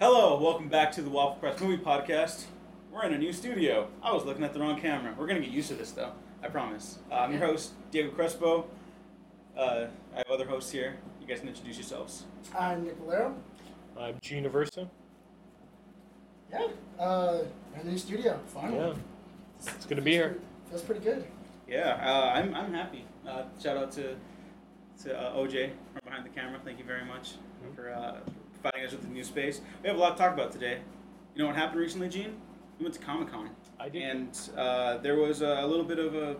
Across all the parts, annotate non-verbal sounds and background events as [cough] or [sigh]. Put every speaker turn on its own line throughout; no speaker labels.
Hello, welcome back to the Waffle Press Movie Podcast. We're in a new studio. I was looking at the wrong camera. We're gonna get used to this though. I promise. Uh, I'm your host, David Crespo. Uh, I have other hosts here. You guys can introduce yourselves.
I'm Nick Valero.
Uh, G Universo.
Yeah. Uh, our new studio.
Yeah,
Finally.
it's gonna be here.
Feels pretty good.
Yeah, uh, I'm, I'm happy. Uh, shout out to to uh, OJ from behind the camera. Thank you very much for uh, providing us with the new space. We have a lot to talk about today. You know what happened recently, Gene? We went to Comic Con.
I did.
and uh, there was a little bit of a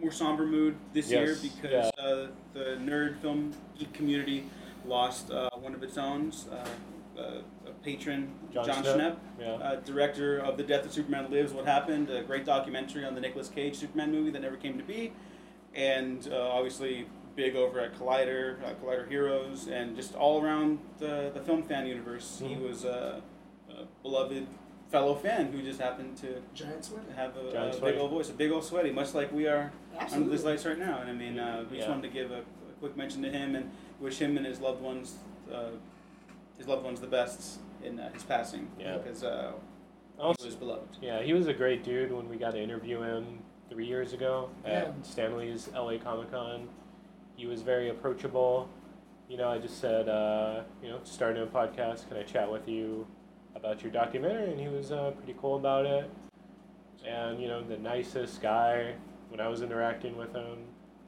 more somber mood this
Yes,
year because uh, the nerd film geek community lost uh, one of its own, uh, uh, a patron, John,
John
Schnepp,
Schnepp, yeah.
uh, director of The Death of Superman Lives, What Happened, a great documentary on the Nicolas Cage Superman movie that never came to be, and uh, obviously big over at Collider, uh, Collider Heroes, and just all around the, the film fan universe. He
Mhm.
was a, a beloved fellow fan who just happened to
Giant sweat.
have a,
Giant
a big
sweaty.
old voice, a big old sweaty, much like we are under these
Absolutely.
lights right now. And I mean, uh, we just
Yeah.
wanted to give a, a quick mention to him and wish him and his loved ones, uh, his loved ones, the best in uh, his passing.
Yeah.
because uh, he
Also,
was beloved.
yeah, he was a great dude when we got to interview him three years ago at
Yeah.
Stanley's LA Comic Con. He was very approachable. You know, I just said, uh, you know, starting a podcast, can I chat with you about your documentary? And he was uh, pretty cool about it. And you know, the nicest guy when I was interacting with him.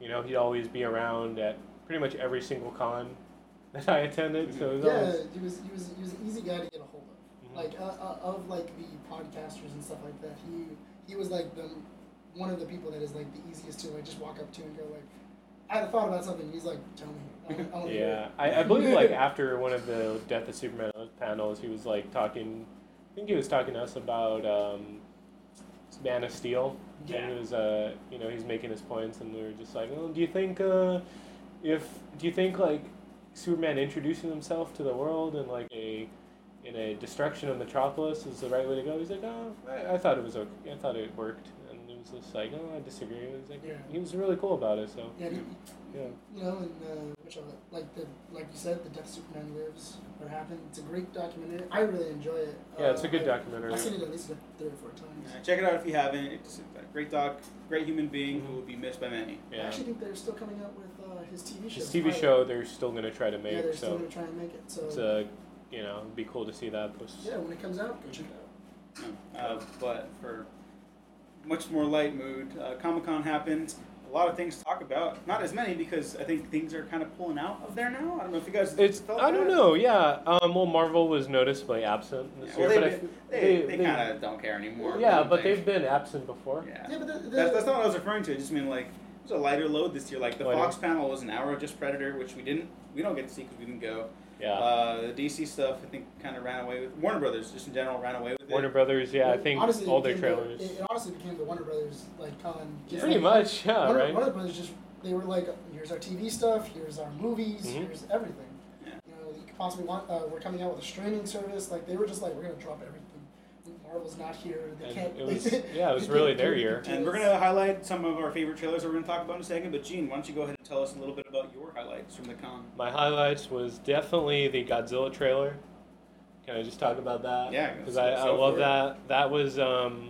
You know, he'd always be around at pretty much every single con that I attended. So it was
Yeah,
always
he was, he was he was an easy guy to get a hold of.
Mhm.
Like uh, uh, of like the podcasters and stuff like that. He he was like the one of the people that is like the easiest to like just walk up to and go like, I had a thought about something. He's like, tell me. I don't, I don't hear [laughs]
Yeah, I, I believe like after one of the Death of Superman panels, he was like talking. I think he was talking to us about um, Man of Steel. And
Yeah.
he was, uh, you know, he's making his points, and we were just like, well, do you think uh, if do you think like Superman introducing himself to the world in like a in a destruction of Metropolis is the right way to go? He's like, oh, I, I thought it was okay. I thought it worked, and it was just like, oh, I disagree. It was like,
Yeah.
he was really cool about it. So
it. Yeah, he-
yeah,
you know, and uh, which of it? like the like you said, the Death of Superman lives or happened. It's a great documentary. I really enjoy it.
yeah, it's
Uh,
a good
I-
documentary.
I've seen it at least like three or four times.
Uh, check it out if you haven't. It's a great doc, great human being who will be missed by many.
I
Yeah.
actually think they're still coming out with uh, his TV show.
His TV
Pilot.
show, they're still gonna try to
yeah,
make.
they're still
so
gonna try and make it. So
it's uh, you know, it'd be cool to see that. Plus,
yeah, when it comes out, go check it out.
Uh, but for much more light mood, uh, Comic Con happened. A lot of things to talk about. Not as many because I think things are kind of pulling out of there now. I don't know if you guys.
It's
felt
I don't
that.
know. Yeah. Um, well, Marvel was noticeably absent this
Yeah,
year,
well,
but I
they,
f-
they,
they- they-
kind of don't care anymore. I
yeah,
don't
but
think.
they've been absent before.
Yeah.
Yeah, but the, the,
That's, that's not what I was referring to. I just mean like it was a lighter load this year. Like the
Lighter.
Fox panel was an hour of just Predator, which we didn't. We don't get to see because we didn't go.
Yeah.
Uh, the DC stuff I think kind of ran away with Warner Brothers just in general ran away with
Warner
it.
Brothers. Yeah, I think
honestly, it
all their
became the-
trailers.
it, it honestly became the Warner Brothers like con. just
pretty
like-
much. Yeah.
Warner,
right.
Warner Brothers just they were like, here's our TV stuff, here's our movies,
Mhm.
here's everything.
Yeah.
You know, that you could possibly want. Uh, we're coming out with a streaming service. Like they were just like, we're gonna drop everything. Marvel's not here. They
And
can't.
it was-
[laughs]
yeah, it was really their year.
And we're gonna highlight some of our favorite trailers that we're gonna talk about in a second. But Gene, why don't you go ahead and tell us a little bit about your highlights from the con?
My highlights was definitely the Godzilla trailer. Can I just talk about that?
Yeah,
because I,
let's
I
go
love
for it.
that. That was um,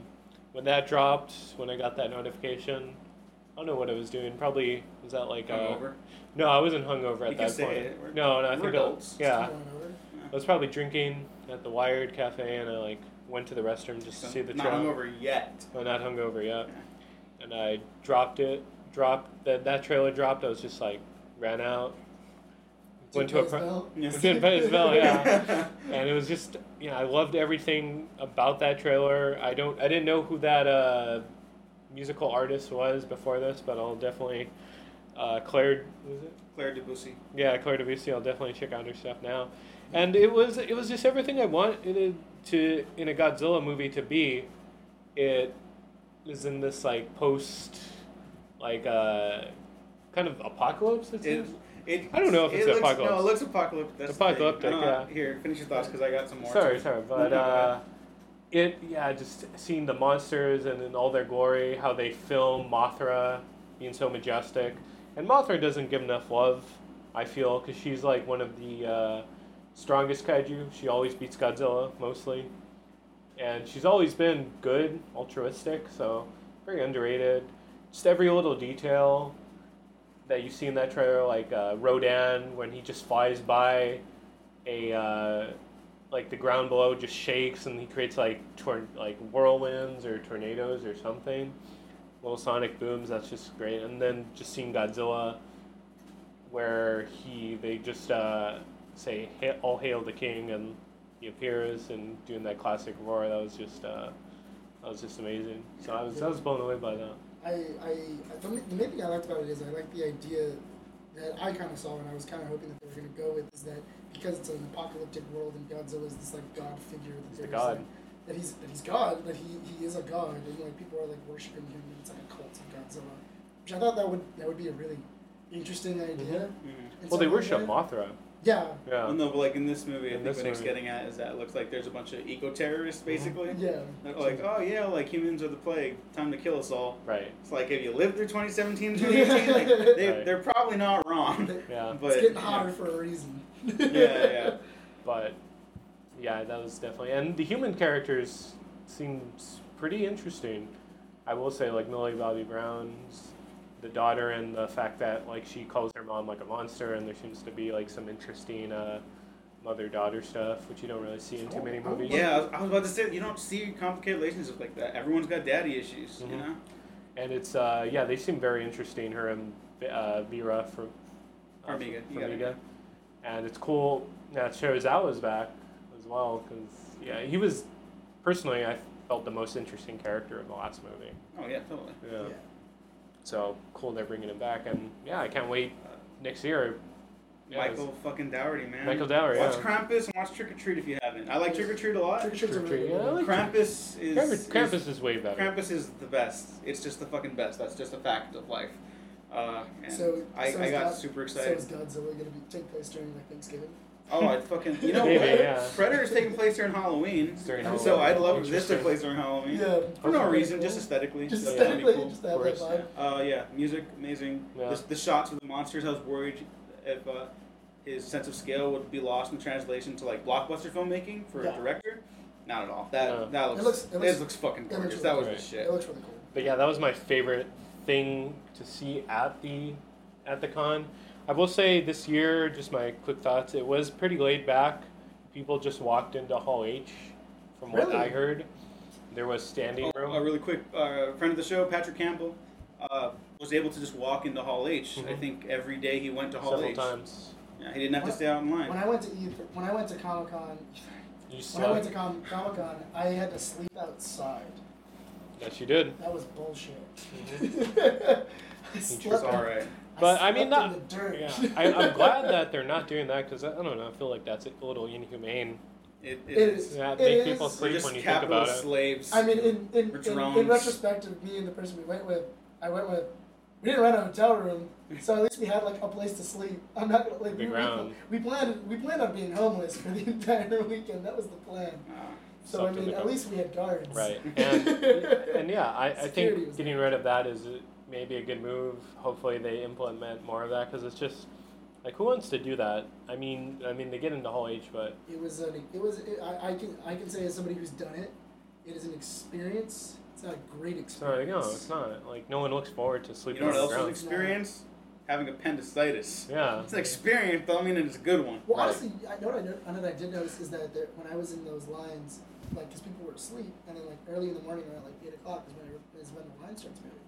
when that dropped. When I got that notification, I don't know what I was doing. Probably was that like uh,
Hungover?
No, I wasn't hungover at
You
that
can say
point.
it. We're-
no, no, I
we're
think
adults.
I, yeah, I was probably drinking at the Wired Cafe, and I like went to the restroom just to see the
not
trailer.
hungover yet.
No, not hungover, yeah. And I dropped it, dropped that that trailer dropped. I was just like, ran out, went to a pro- [laughs]
Yes.
didn't pay his bill, yeah. and it was just you know I loved everything about that trailer. I don't I didn't know who that uh, musical artist was before this, but I'll definitely uh, Claire was it?
[laughs] Claire Debussy.
Yeah, Claire Debussy. I'll definitely check out her stuff now. And it was it was just everything I wanted it to in a Godzilla movie to be. It is in this like post like uh, kind of apocalypse. It
It,
seems.
it,
I don't know if
it
it's
looks, No,
apocalypse.
it looks apocalyptic. That's the
Apocalyptic,
thing. No, no,
yeah.
Here, finish your thoughts because I got some more.
Sorry, sorry,
No, [laughs]
but
go
uh, it yeah, just seeing the monsters and in all their glory, how they film Mothra being so majestic, and Mothra doesn't give enough love, I feel, because she's like one of the uh, strongest kaiju. She always beats Godzilla mostly, and she's always been good, altruistic. So very underrated. Just every little detail that you see in that trailer, like uh, Rodan when he just flies by a uh, like the ground below just shakes and he creates like tor- like whirlwinds or tornadoes or something. Little sonic booms, that's just great. And then just seeing Godzilla, where he they just uh, say "Ha- all hail the king and he appears and doing that classic roar. That was just uh, that was just amazing. So I was I was blown away by that.
[laughs] I, I the, ma- the main thing I liked about it is I like the idea that I kind of saw and I was kind of hoping that they were going to go with is that because it's an apocalyptic world and Godzilla is this like god figure that
He's the
there's,
god.
like, that he's that he's god that he, he is a god and like people are like worshiping him and it's like a cult of Godzilla which I thought that would that would be a really interesting idea.
Mhm.
and
Mm-hmm. Well, they
stuff like
worship
that.
Mothra.
Yeah,
Yeah.
Well, no, but like in this movie, I
In
think
this
what Nick's
movie.
getting at is that it looks like there's a bunch of eco terrorists basically.
Mm-hmm. yeah.
They're like, oh yeah, like humans are the plague. Time to kill us all.
Right.
It's like, have you lived through 2017
[laughs]
and 2018? Like, they,
Right.
They're probably not wrong.
Yeah.
But
it's getting hotter for a reason.
Yeah,
[laughs]
yeah.
But yeah, that was definitely and the human characters seems pretty interesting. I will say like Millie Bobby Brown's the daughter and the fact that like she calls her mom like a monster and there seems to be like some interesting uh, mother daughter stuff which you don't really see in too many movies.
Yeah, I was- I was about to say, you don't see complicated relationships like that. Everyone's got daddy issues, you
Mhm.
know?
And it's uh, yeah, they seem very interesting. Her and uh, Vera from uh,
Farmiga,
from-
you got it.
Farmiga. and it's cool that Shirazawa's back as well because yeah, he was personally I felt the most interesting character in the last movie.
Oh, yeah, totally.
Yeah. So cool they're bringing him back, and yeah, I can't wait next year. Yeah, it's-
Michael fucking Dougherty, man.
Michael Dougherty,
Watch
yeah.
Krampus and watch Trick or Treat if you haven't. I like Trick or Treat a lot.
Trick or treat's a
Trick or
really
treat,
good
yeah, I
one.
like-
Krampus is.
Krampus, Krampus
is-
is, way better.
Krampus is the best. It's just the fucking best. That's just a fact of life. Uh, and
So-
I,
so
I
is
got
that-
super
So
excited.
is Godzilla going to be take place during like Thanksgiving?
oh, I fucking you know
[laughs] Maybe,
what?
yeah.
Predator's taking place during Halloween.
during
Halloween.
So I'd love if this took
Interesting.
place during Halloween.
Yeah.
Oh, For no reason, just aesthetically.
Just
so that'd be
aesthetically,
cool.
just to have
Of
that
course,
vibe.
Uh, yeah, music amazing.
Yeah.
The, the shots of the monsters. I was worried if uh, his sense of scale would be lost in translation to like blockbuster filmmaking for
Yeah.
a director. Not at all. That
No.
that looks
It looks- it
this
looks-
fucking
it looks
gorgeous.
really
that was
great.
the shit.
It looks really cool.
But yeah, that was my favorite thing to see at the at the con. I will say this year, just my quick thoughts, it was pretty laid back. People just walked into Hall H from what
Really?
I heard. There was standing
Oh,
room.
a really quick uh, friend of the show, Patrick Campbell, uh, was able to just walk into Hall H. I
Mhm.
think every day he went to Hall
several
H.
times.
Yeah, he didn't have to stay out in
When
line.
I went to E three- when I went to Comic Con,
You
when I went
slept.
to Com- Comic Con, I had to sleep outside.
Yes, you did.
That was bullshit. [laughs] I
It was
slept.
all right.
Mm-hmm. But I
slept
mean,
in
not-
the dirt.
Yeah,
[laughs]
I, I'm glad that they're not doing that because I, I don't know. I feel like that's a little inhumane.
It, it,
It is.
Yeah,
It
make
is-
people
We're
sleep
just
when you think
capital
about it.
slaves.
I mean, in in,
We're
in, in
drones.
retrospect, of me and the person we went with, I went with. We didn't rent a hotel room, so at least we had like a place to sleep. I'm not gonna like
The
we,
ground.
we, we planned we planned on being homeless for the [laughs] entire weekend. That was the plan.
Ah.
So
Slept
I
in
mean,
the
at
car.
least we had guards. [laughs]
Right. And, and yeah, I, I
Security
think
was
getting rid of that is maybe a good move. Hopefully they implement more of that because it's just like who wants to do that? I mean, I mean they get into Hall H, but
It was an. It was. It, I, I can. I can say as somebody who's done it, it is an experience. It's not a great
it's not.
experience.
No, it's not. Like no one looks forward to
You
sleeping
know what
on
else
the
was
ground.
ex-
experienced? Having appendicitis.
yeah.
It's an experience, but I mean it's a good one.
Well,
Right.
honestly, I know what I, know, I know that I did notice is that there, when I was in those lines, like, because people were asleep, and then like early in the morning around like eight o'clock is when I, is when the line starts moving.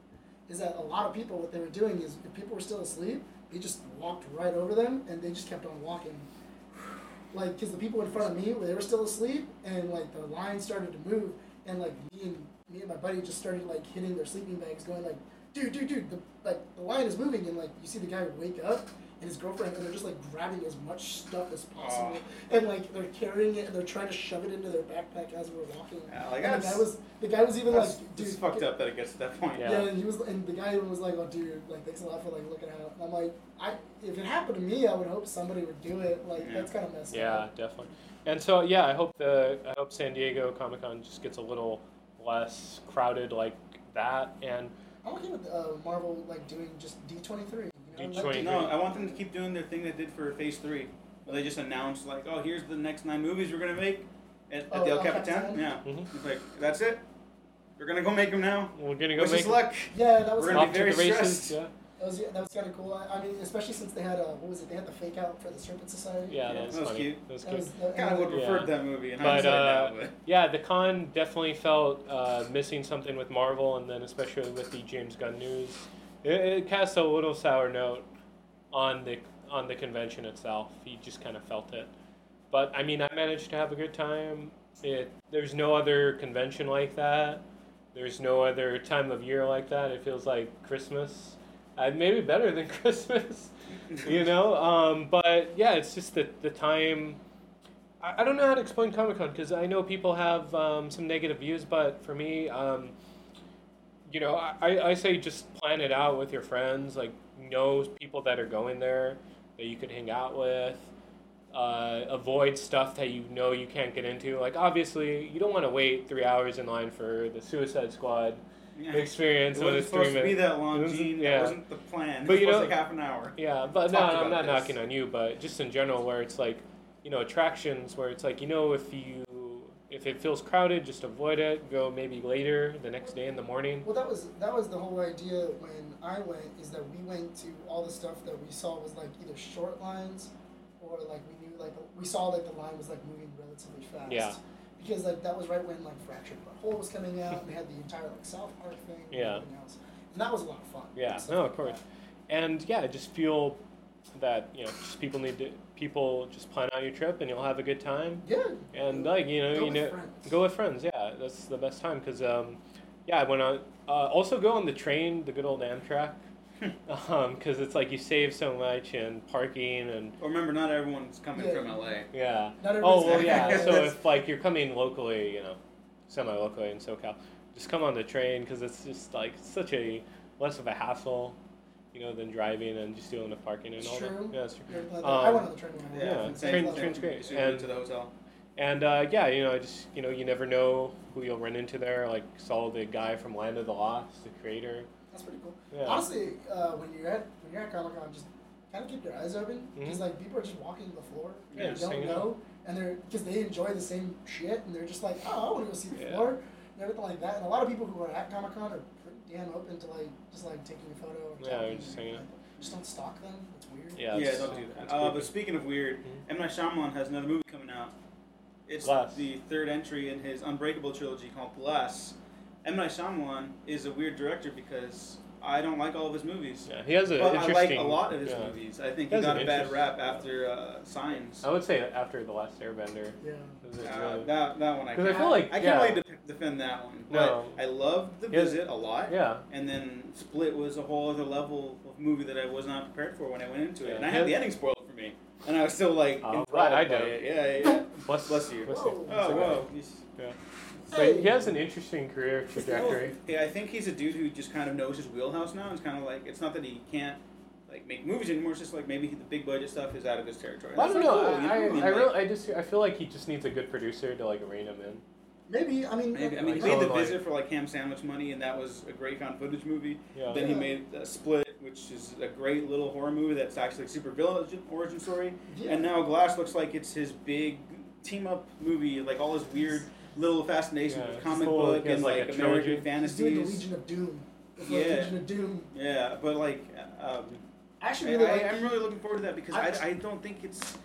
Is that a lot of people? What they were doing is if people were still asleep, they just walked right over them, and they just kept on walking. Like, because the people in front of me, they were still asleep, and like the line started to move, and like me and me and my buddy just started like hitting their sleeping bags, going like, dude, dude, dude, the, like the line is moving, and like you see the guy wake up and his girlfriend, and they're just like grabbing as much stuff as possible,
Ah.
and like they're carrying it and they're trying to shove it into their backpack as we're walking.
Yeah, like,
and the
that's-
guy was the guy was even
That's,
like, dude,
it's fucked
get-
up that it gets to that point.
Yeah.
Yeah. and he was, and the guy was like, oh, dude, like thanks a lot for like looking out. And I'm like, I if it happened to me, I would hope somebody would do it. Like
Yeah.
that's kind of messed
Yeah,
up.
definitely. And so yeah, I hope the I hope San Diego Comic Con just gets a little less crowded like that. And
I'm okay with uh, Marvel like doing just D23. You know, like,
D23.
No, I want them to keep doing their thing they did for Phase Three. They just announced like, oh, here's the next nine movies we're gonna make at, at
Oh,
the El
El
Capitan.
Capitan?
Yeah,
Mhm.
it's like that's it. We're gonna go make them now.
We're gonna go
Wish
make
us luck.
Yeah, that was
We're
that
gonna be
was,
off to the
very
races.
stressed.
Yeah,
that was kind of cool. I, I mean, especially since they had uh, what was it? They had the fake out for the Serpent Society.
yeah,
Yeah,
that was
that was
funny.
cute.
That was
That
cute.
was the,
Kind of would
Yeah.
preferred that movie in
But,
hindsight
uh,
now, but
Yeah, the con definitely felt uh, missing something with Marvel, and then especially with the James Gunn news, it, it cast a little sour note on the on the convention itself. You just kind of felt it. But I mean, I managed to have a good time. It there's no other convention like that. There's no other time of year like that. It feels like Christmas. Uh, maybe better than [laughs] Christmas [laughs] [laughs] you know um, but yeah it's just the, the time I, I don't know how to explain comic-con because i know people have um, some negative views but for me um, you know I- I, I say just plan it out with your friends like know people that are going there that you could hang out with uh, avoid stuff that you know you can't get into like obviously you don't want to wait three hours in line for the suicide squad
[laughs] yeah.
experience
it
when
wasn't
it's three
supposed to be
minutes
that
It
long,
wasn't-
Gene.
yeah.
That wasn't the plan.
But
it
you
was
know-
like half an hour. [laughs]
Yeah, but no,
talked
I'm
about
not
this.
knocking on you, but just in general, where it's like, you know, attractions where it's like, you know, if you if it feels crowded, just avoid it. Go maybe later, the next day in the morning.
Well, that was that was the whole idea when I went is that we went to all the stuff that we saw was like either short lines, or like we knew like we saw like the line was like moving relatively fast.
Yeah.
Because like that was right when like Fractured Butthole was coming out, and they had the entire like South Park thing. and
Yeah.
everything else. And that was a lot of fun.
Yeah,
So,
no, of course. And yeah, I just feel that you know, just people need to people just plan out your trip, and you'll have a good time.
Yeah.
And like you know,
Go
you
with
know,
friends.
go with friends. Yeah, that's the best time because um, yeah, I went on. Uh, also go on the train, the good old Amtrak, [laughs] because it's like you save so much and parking and
But remember, not everyone's coming
Yeah.
from LA.
yeah.
Not
Oh
everybody's
well,
back.
yeah. So
[laughs]
if like you're coming locally, you know, semi-locally in SoCal, just come on the train because it's just like such a less of a hassle, you know, than driving and just dealing with parking and
It's
all
true.
that. Yeah, it's true.
You're glad that- uh, I went on the train. when I
Yeah,
went.
um, Yeah,
from
It's
San
train-
Jose
like-
train's great.
to-
And-
to the hotel.
And uh, yeah, you know, I just you know, you never know who you'll run into there. Like saw the guy from Land of the Lost, the creator.
That's pretty cool.
Yeah.
Honestly, uh, when you're at when you're at Comic Con, just kind of keep your eyes open because
Mhm.
like people are just walking the floor.
Yeah,
they
just
don't
hanging
know, and they're because they enjoy the same shit, and they're just like, oh, I want to go see the
Yeah.
floor and everything like that. And a lot of people who are at Comic Con are pretty damn open to like just like taking a photo. Or
Yeah,
talking
just
and,
hanging
like, Just don't stalk them. It's weird.
Yeah.
yeah,
it's-
don't do that.
it's
Uh,
creepy.
but speaking of weird,
Mhm.
M Night Shyamalan has another movie coming out. It's
Glass.
the third entry in his Unbreakable trilogy called Glass. M Night Shyamalan is a weird director because I don't like all of his movies,
yeah, he has an
but I
interesting.
like a lot of his
yeah.
movies. I think he
He has
got
an
a bad
interest-
rap after uh, Signs.
I would say after the Last Airbender.
Yeah.
it was a
Uh,
really-
that, that one I
Because I
can't.
feel like
I
yeah,
can't really de- defend that one, but
No.
I loved The
Yeah.
Visit a lot.
yeah.
And then Split was a whole other level of movie that I was not prepared for when I went into it.
Yeah.
And I had the ending spoiled for me. And I was still like,
Oh,
enthralled
glad I
by it.
did. [laughs]
Yeah, yeah.
Bless,
Bless you.
Whoa.
oh, whoa. He's-
But he has an interesting career
the
trajectory.
Yeah, I think he's a dude who just kind of knows his wheelhouse now. It's kind of like, it's not that he can't like make movies anymore. It's just like maybe the big budget stuff is out of his territory.
I don't
That's
know.
cool, you
oh,
I, I,
what mean?
I,
Like,
real, I just I feel like he just needs a good producer to like rein him in.
Maybe I mean.
Maybe. I mean, he
Like,
made
so,
The
like-
Visit for like ham sandwich money, and that was a great found footage movie.
Oh, Yeah.
Then he
Yeah.
made uh, Split, which is a great little horror movie that's actually super villain origin story.
yeah.
And now Glass looks like it's his big team up movie, like all his weird little fascination
Yeah,
with
it's
comic
cool,
book
he has,
and
like,
like,
a trilogy.
American
He's doing the
fantasies.
Legion of Doom. It's like
Yeah.
Legion of Doom.
Yeah, but like, um,
I
I,
actually really like.
I, am really looking forward to that because
I-
I, I don't think it's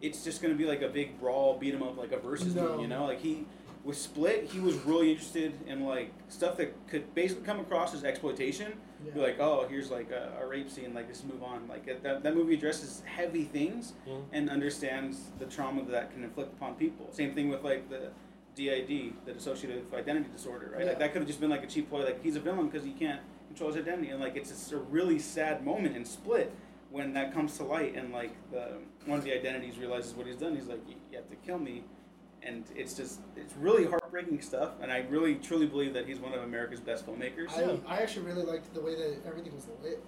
it's just gonna be like a big brawl beat 'em up like a versus
No.
movie, you know? Like he with Split, he was really interested in like stuff that could basically come across as exploitation.
yeah.
Be like, oh, here's like a, a rape scene, like let's move on. Like that, that, that movie addresses heavy things
Mhm.
and understands the trauma that that can inflict upon people. Same thing with like the DID, the dissociative identity disorder, right?
Yeah.
Like that could have just been like a cheap ploy, like he's a villain because he can't control his identity, and like it's just a really sad moment in Split when that comes to light, and like the one of the identities realizes what he's done. He's like, "You- you have to kill me, and it's just it's really heartbreaking stuff. And I really truly believe that he's one of America's best filmmakers.
I, I actually really liked the way that everything was lit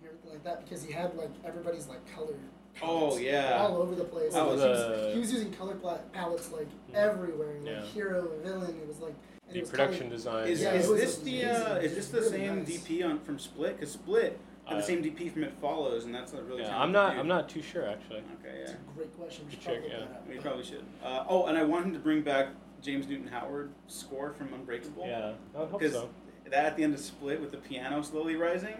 and everything like that because he had like everybody's like color palettes
Oh, yeah.
all over the place.
That
Like,
was Mm-hmm.
he,
a-
was, he was using color pla- palettes like
Mhm.
everywhere, like
Yeah.
hero and villain. It was like and
The
it was
production design.
Is,
Yeah,
is
it was
this the uh,
amazing.
is this the
Really
same
nice.
DP on from Split? Because Split And the same DP from It Follows, and that's a
uh,
really.
Uh, yeah,
talented
I'm not.
dude.
I'm not too sure actually.
Okay,
It's
yeah,
a great question. We should
Check,
probably look
yeah.
that up.
we probably should. Uh, oh, and I wanted to bring back James Newton Howard score from Unbreakable.
Yeah, I would hope
Because
so.
that at the end of Split with the piano slowly rising,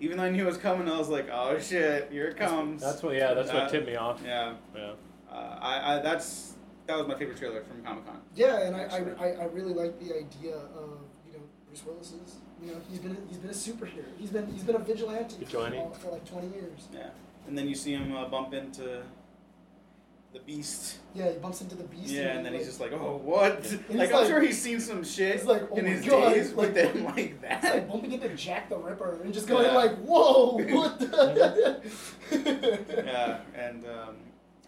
even though I knew it was coming, I was like, oh shit, here it comes.
That's what. Yeah, that's
uh,
what tipped me off.
yeah,
Yeah.
uh, I, I that's that was my favorite trailer from Comic Con.
Yeah, and
Excellent.
I, I, I really like the idea of you know Bruce Willis's. You know, he's been he's been a superhero. He's been he's been a vigilante for,
Vigilante.
all- for like twenty years.
Yeah, and then you see him uh, bump into the Beast.
Yeah, he bumps into the beast.
Yeah, and
he,
then
like,
he's just like, oh, what?
And
Like,
he's
I'm
like-
sure he's seen some shit
he's like, oh
in
my
his
God,
days,
like-
but then [laughs] like
it's like
that.
bumping into Jack the Ripper and just going
Yeah. [laughs]
like, whoa, what the? [laughs]
yeah, and um,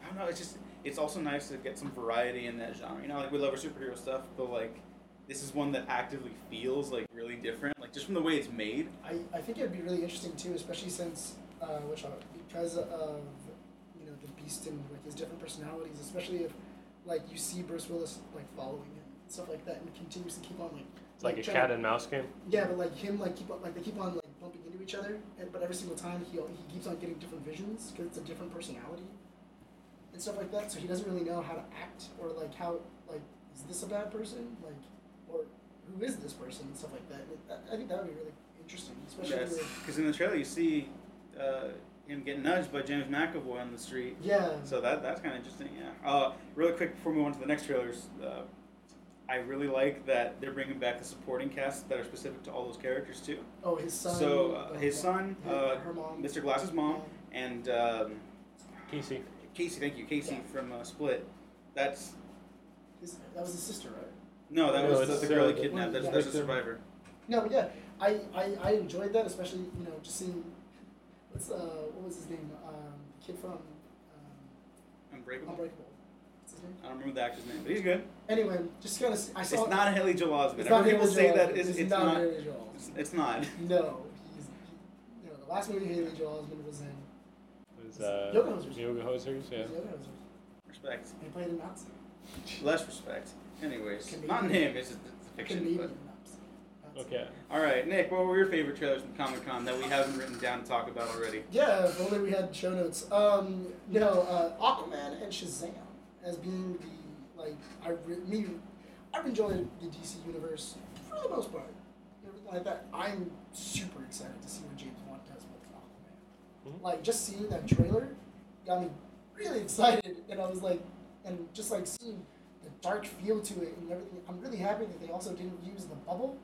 I don't know. It's just it's also nice to get some variety in that genre. You know, like we love our superhero stuff, but like this is one that actively feels like really different, like just from the way it's made.
I, I think it'd be really interesting too, especially since uh, which are- because of you know the beast and like his different personalities, especially if like you see Bruce Willis like following him and stuff like that, and continues to keep on like
It's like a
trying-
cat and mouse game.
yeah, but like him like keep on like they keep on like bumping into each other, and, but every single time he he keeps on getting different visions because it's a different personality and stuff like that. So he doesn't really know how to act or like how like is this a bad person like or who is this person and stuff like that. I, I think that would be really interesting, especially
Because
with,
in the trailer you see uh, him get nudged by James McAvoy on the street.
yeah.
So that that's kind of interesting. Yeah. Uh, really quick before we move on to the next trailers. Uh, I really like that they're bringing back the supporting cast that are specific to all those characters too.
Oh, his son.
so uh, his son, uh,
her, her mom,
Mr. Glass's mom, and um,
Casey.
Casey, thank you, Casey from uh, Split. That's
His, that was his sister, right?
no, that
No,
was
it's,
the, the girl he
uh, the-
kidnapped. That's,
yeah.
that's a
Victim.
survivor.
No, but yeah, I, I, I enjoyed that, especially you know just seeing what's uh what was his name um the kid from um,
Unbreakable.
Unbreakable. What's his name?
I don't remember the actor's name, but he's good.
Anyway, just kind of I saw.
it's not Haley Joel Osment.
It's
Whenever
not
people
Haley
say
Joel
that
Osment.
it's,
It's
it's
not
not.
Haley Joel
It's, it's
[laughs]
not.
Osment. No, he's he, you know the last movie Haley Joel Osment was in.
It was uh,
Yoga hosers.
Yoga Hosers. Yeah.
was The other one.
Respect.
He played a Nazi.
Less respect. Anyways,
Comedian.
not name. It's, it's fiction.
Canadian
But.
Nazi. Nazi.
Okay.
All right, Nick. What were your favorite trailers from Comic Con that we haven't written down to talk about already?
Yeah, if only we had show notes. Um, no, uh, Aquaman and Shazam as being the like I re- me, I've enjoyed the DC universe for the most part. and Everything like that. I'm super excited to see what James Wan does with Aquaman.
Mhm.
Like just seeing that trailer got me really excited, and I was like, and just like seeing the dark feel to it and everything. I'm really happy that they also didn't use the bubble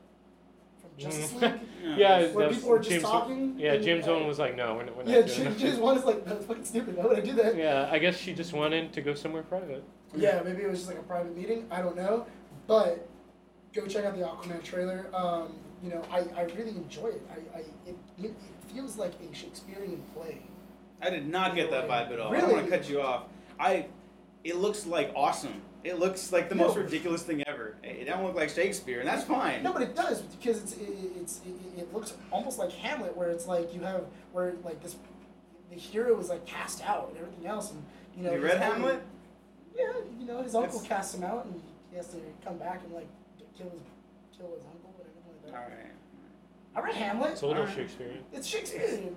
from
[laughs]
Justice
Mhm.
League.
Yeah,
Where
that's-
people are just
James-
talking.
Yeah,
and,
James
like,
Owen was like, no, we're not, we're not
yeah,
doing
James,
that.
James Wan is like, that's fucking stupid. Why would I do that? Yeah.
Yeah, I guess she just wanted to go somewhere private.
maybe it was just like a private meeting. I don't know. But go check out the Aquaman trailer. Um, you know, I, I really enjoy it. I, I it, it feels like a Shakespearean play.
I did not get that vibe at all. I don't
Really?
want to cut you off. I, it looks like awesome. It looks like the most
No.
ridiculous thing ever. It don't look like Shakespeare, and that's fine.
No, but it does because it's it, it's it, it looks almost like Hamlet, where it's like you have where like this the hero is like cast out and everything else, and you know.
you
his
read
uncle-
Hamlet?
Yeah, you know his uncle
It's-
casts him out, and he has to come back and like kill his kill his uncle, whatever like that.
All right.
I read Hamlet.
It's a little
Alright.
Shakespearean.
It's Shakespearean.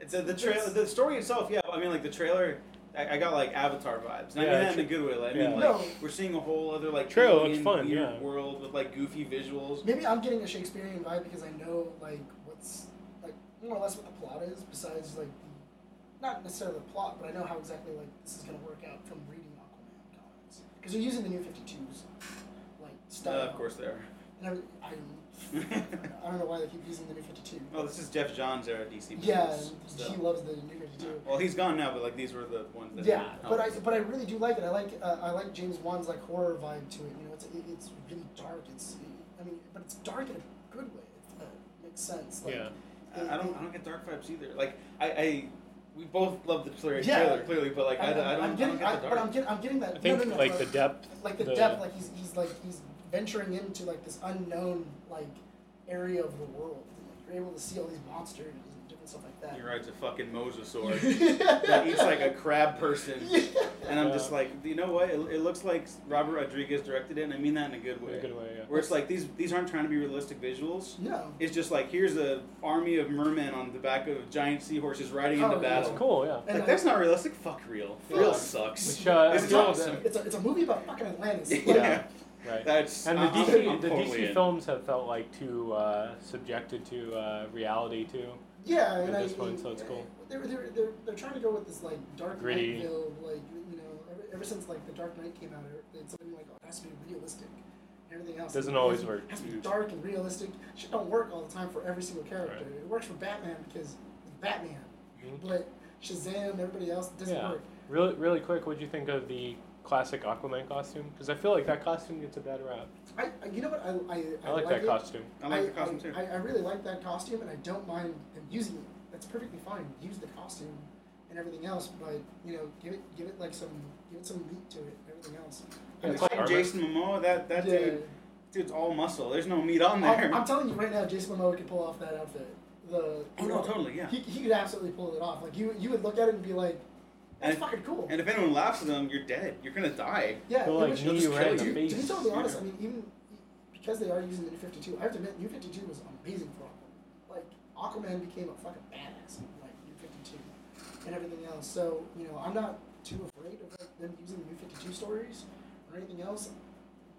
It's a, the trailer, the story itself. Yeah, I mean, like the trailer. I, I got like Avatar vibes, and I
Yeah,
mean that
tr-
in a good way. Like, I
yeah.
mean, like
No.
we're seeing a whole other like
Trailer looks
alien
fun,
weird
yeah.
world with like goofy visuals.
Maybe I'm getting a Shakespearean vibe because I know like what's like more or less what the plot is. Besides like the, not necessarily the plot, but I know how exactly like this is gonna work out from reading Aquaman comics because they're using the new Fifty Two's like
Uh,
style.
of course, they are.
And I, I,
[laughs]
I don't know why they keep using the new Fifty Two.
well, this is Jeff Johns era DC. movies,
yeah,
so.
he loves the new Fifty Two.
Well, he's gone now, but like these were the ones that.
Yeah, but I but I really do like it. I like uh, I like James Wan's like horror vibe to it. You know, it's it, it's really dark. It's I mean, but it's dark in a good way. It uh, makes sense. Like,
Yeah.
I I don't. I don't get dark vibes either. Like I, I we both love the trailer,
Yeah.
trailer clearly, but like I, I, don't,
I'm-
I
I'm
don't
getting,
get the
I-
dark.
but I'm getting I'm getting that.
I think
no, no, no,
like the
but-
depth.
like the, depth. Like he's he's like he's venturing into like this unknown like area of the world. And, like, you're able to see all these monsters and different and stuff like
[laughs]
that.
He rides a fucking
[laughs]
mosasaur [laughs] that
that
eats like a crab
[laughs]
person.
[laughs]
And I'm
Yeah.
just like, you know what? It, it looks like Robert Rodriguez directed it, and I mean that in a good
In
way.
a good way, yeah.
Where it's like these these aren't trying to be realistic visuals.
No.
It's just like here's a army of mermen on the back of giant seahorses riding into
Oh, yeah.
battle.
That's cool, yeah.
Like that's not realistic. Fuck real.
Fuck.
Real [laughs] sucks.
Which, uh,
This
I'm
is
glad
awesome.
It's a, it's a movie about fucking
[laughs]
Atlantis. Like,
Yeah.
Right.
That's
and the
I'm- I'm-
DC,
I'm
the
totally
DC
in.
films have felt like too uh, subjected to uh, reality too.
Yeah,
At
and I
this point,
mean,
so it's cool.
They're, they're, they're, they're trying to go with this like dark
Gritty.
night build, like you know, ever, ever since like the Dark Knight came out, it's been like oh, it has to be realistic. Everything else
Doesn't always
has,
work.
Has to be dark and realistic. Shit don't work all the time for every single character.
Right.
It works for Batman because it's Batman,
Mhm.
but Shazam, everybody else it doesn't
Yeah.
work.
Really, really quick, what'd you think of the classic Aquaman costume? Because I feel like that costume gets a bad rap.
I, I you know what I I,
I like that
it.
costume.
I like the costume too.
I, I really like that costume, and I don't mind them using it. That's perfectly fine. Use the costume and everything else, but you know, give it give it like some give it some meat to it. and Everything else.
And it's
It's like
like
armor.
Jason Momoa. That that
Yeah.
dude, dude's all muscle. There's no meat on there.
I'm, I'm telling you right now, Jason Momoa could pull off that outfit. The
oh no, totally, yeah.
He, he could absolutely pull it off. Like you you would look at it and be like, that's
And-
fucking cool.
And if anyone laughs at him, you're dead. You're gonna die.
yeah.
Feel
it
like
was-
she'll
knee
just
you right
kill
in the
you.
face.
to be totally honest,
Yeah.
I mean, even because they are using the New Fifty Two, I have to admit, New Fifty Two was amazing for Aquaman. Like Aquaman became a fucking badass, in, like New Fifty Two, and everything else. So you know, I'm not too afraid of like, them using the New Fifty Two stories or anything else.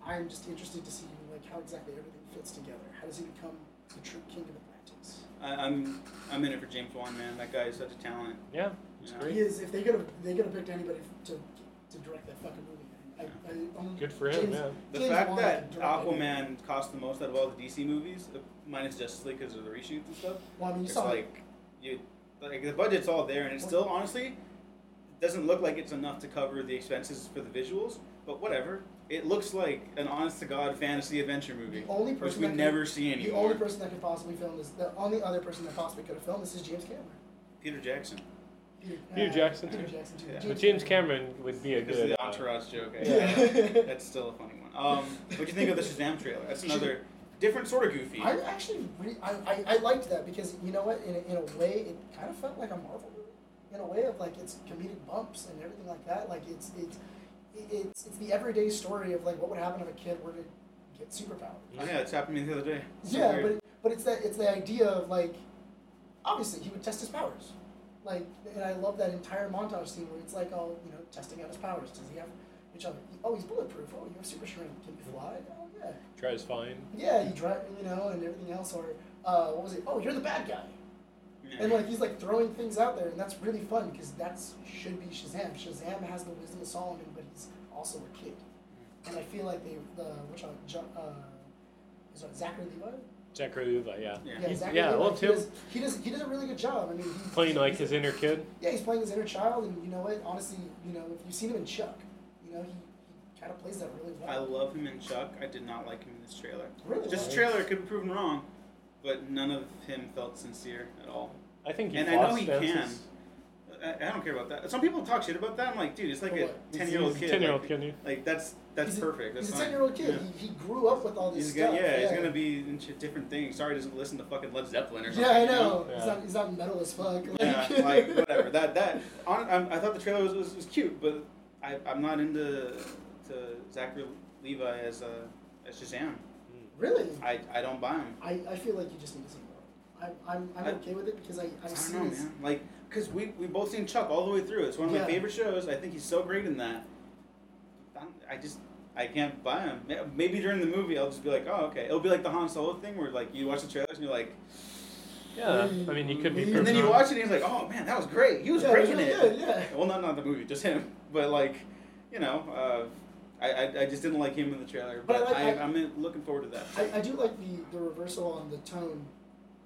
I'm just interested to see like how exactly everything fits together. How does he become the true king of Atlantis?
I, I'm I'm in it for James Wan, man. That guy is such a talent.
Yeah, it's
Yeah.
He
great.
is. If they could have, they could have picked anybody to to direct that fucking movie. I, I, I'm-
Good for him,
James-
yeah.
The
James
fact
Wan
that
could direct it.
Aquaman cost the most out of all the DC movies, uh, minus Justice League because of the reshoots and stuff,
Well, I mean, you
it's
saw
like you like the budget's all there, and it still honestly doesn't look like it's enough to cover the expenses for the visuals. But whatever, it looks like an honest to god fantasy adventure movie,
The only
which
person
we
that could-
never see
The
anymore.
only person that could possibly film this, the only other person that possibly could have filmed this is James Cameron.
Peter Jackson.
Peter,
Peter Jackson,
Peter
too.
Jackson, too.
Yeah.
But James Cameron would be a
This is
good.
the
uh,
entourage joke. I-
[laughs] Yeah.
That's still a funny one. Um, what do you think of the Shazam trailer? That's another different sort of goofy.
I actually, re- I, I, I liked that because you know what? In a, in a way, it kind of felt like a Marvel movie. In a way of like it's comedic bumps and everything like that. Like it's it's it's it's the everyday story of like what would happen if a kid were to get superpowers.
Oh yeah, it's happened to me the other day. It's so
yeah,
weird.
but but it's that it's the idea of like, obviously he would test his powers, like, and I love that entire montage scene where it's like, oh, you know, testing out his powers. Does he have each other? Oh, he's bulletproof. Oh, you have super strength. Can you fly? Oh yeah.
Tries fine.
Yeah, he drive, you know, and everything else. Or uh, what was it? Oh, you're the bad guy.
Yeah.
And like he's like throwing things out there, and that's really fun because that's should be Shazam. Shazam has the wisdom of Solomon, but he's also a kid. And I feel like they, the which one, Jo- uh, is that Zachary Levi?
Zachary Levi, yeah.
Yeah.
Yeah,
He's-
Zachary
yeah,
Levi,
well,
he
too.
does- He does. He does a really good job. I mean, he's
Playing like
he's-
his inner kid.
Yeah, he's playing his inner child, and you know what? Honestly, you know, if you've seen him in Chuck, you know, he, he kind of plays that really
I
well.
love him in Chuck. I did not like him in this trailer.
really,
Just
well.
a trailer could be proven wrong, but none of him felt sincere at all.
I think he
And I know
floss
he can.
dances.
I, I don't care about that. Some people talk shit about that. I'm like, dude, it's like
For
a
what?
ten year old kid.
He's a 10-year-old
like,
kid, Mm. dude.
like, that's that's
He's a-
perfect. That's
He's a
fine.
ten-year-old kid.
Yeah.
He, he grew up with all this
He's
stuff.
gonna, yeah,
yeah,
he's gonna be into different things. Sorry, he doesn't listen to fucking Led Zeppelin or something.
Yeah, I
you know?
know.
Yeah.
He's not. He's not metal as fuck. Like,
yeah,
[laughs]
like whatever. That that on, I'm, I thought the trailer was, was, was cute, but I, I'm not into to Zachary Levi as uh, as Shazam.
really,
I, I don't buy him.
I, I feel like you just need to see more. I, I'm I'm
I-
okay with it because I
I
I've
don't
seen
know,
his.
man. Like, cause we we both seen Chuck all the way through. It's one of my
Yeah.
favorite shows. I think he's so great in that. I, don't- I just I can't buy him. May- Maybe during the movie I'll just be like, oh okay. It'll be like the Han Solo thing where like you watch the trailers and you're like,
Yeah, I mean, he could be.
And
and then
proven
you
wrong.
watch it and he's like, oh man, that was great. He was
yeah,
great in
really
it.
good, yeah.
Well, not not the movie, just him. [laughs] But like, you know, uh, I, I I just didn't like him in the trailer.
But
But,
I like-
I,
I-
I'm in, looking forward to that.
I, I do like the, the reversal on the tone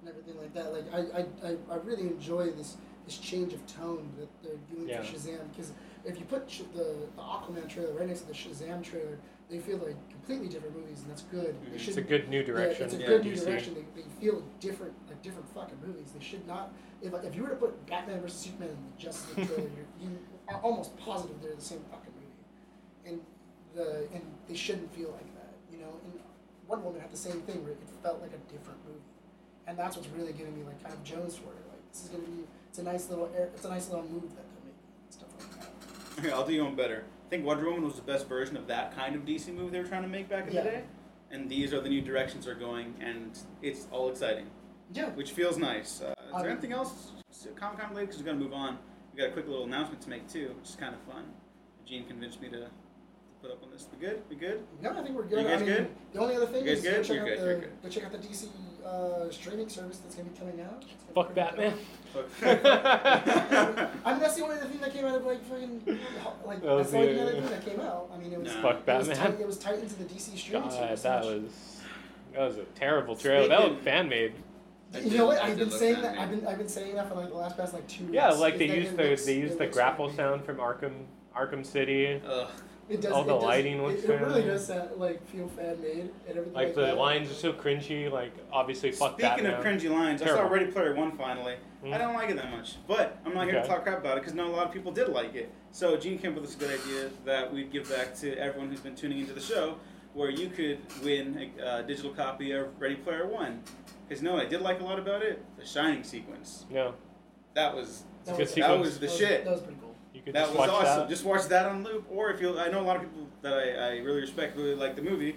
and everything like that. Like I, I, I, I really enjoy this this change of tone that they're doing
Yeah.
for Shazam because if you put sh- the, the Aquaman trailer right next to the Shazam trailer, they feel like completely different movies, and that's good.
Mhm.
They
It's
It's a
shouldn't-
good new direction.
Yeah, it's a
Yeah.
good new
DC.
direction. They, they feel different, like different fucking movies. They should not. If, like, if you were to put Batman versus Superman in the Justice League trailer, you're, you are almost positive they're the same fucking movie, and the and they shouldn't feel like that, you know. And Wonder Woman had the same thing where it felt like a different movie, and that's what's really getting me like kind of Jones for it. Like This is gonna be it's a nice little air, it's a nice little move that they're making and stuff like that.
Okay, I'll do you one better. I think Wonder Woman was the best version of that kind of DC movie they were trying to make back in
Yeah.
the day. And these are the new directions they're going, and it's all exciting,
Yeah.
which feels nice. Uh, is
Um,
there anything else Comic Con related? Because we're going to move on. we got a quick little announcement to make, too, which is kind of fun. Gene convinced me to, to put up on this. We good? We good? [laughs]
No, I think we're good.
You guys
I mean,
good?
The only other thing
You guys
is
good?
Go, check
You're
out
good,
the,
you're good.
go check out the DC uh, streaming service that's gonna be coming out. It's gonna
Fuck
be pretty
Batman.
dope.
Fuck.
I mean, that's the only other thing that came out of like fucking like
That
that's
was
the only
the-
other thing that came out. I mean, it was
Nah.
Fuck
it was
Batman.
tight- It was tight into the DC streaming
God,
service.
that
which-
was that was a terrible trailer. That
Speaking-
looked fan made.
I
[laughs] You
did-
know what?
I
I've
did
been
love
saying
that
that. I've
name.
been I've been saying that for like the last past like two.
Yeah,
weeks,
like
is
they
that
used
it
the
looks-
they
it
used the
looks
grapple
like-
sound from Arkham Arkham City.
Ugh.
It does,
all the
it does,
lighting
it,
looks
It really
fan-made.
does sound like feel fan made and everything.
Like
like
the
that.
lines are so cringy. Like obviously, fuck
Speaking
Batman.
of cringy lines, I saw
Terrible.
Ready Player One finally.
Mm.
I don't like it that much, but I'm not going to
Okay.
talk crap about it because not a lot of people did like it. So Gene came up with this good idea that we'd give back to everyone who's been tuning into the show, where you could win a uh, digital copy of Ready Player One. Because no, I did like a lot about it. The Shining sequence.
No,
That was
It's a
That
good
that
was,
sequence.
was the
that was-
shit.
That was pretty cool.
you could
that
just
was
watch
awesome.
that.
Just watch that on loop, or if you, I know a lot of people that I, I really respect really like the movie.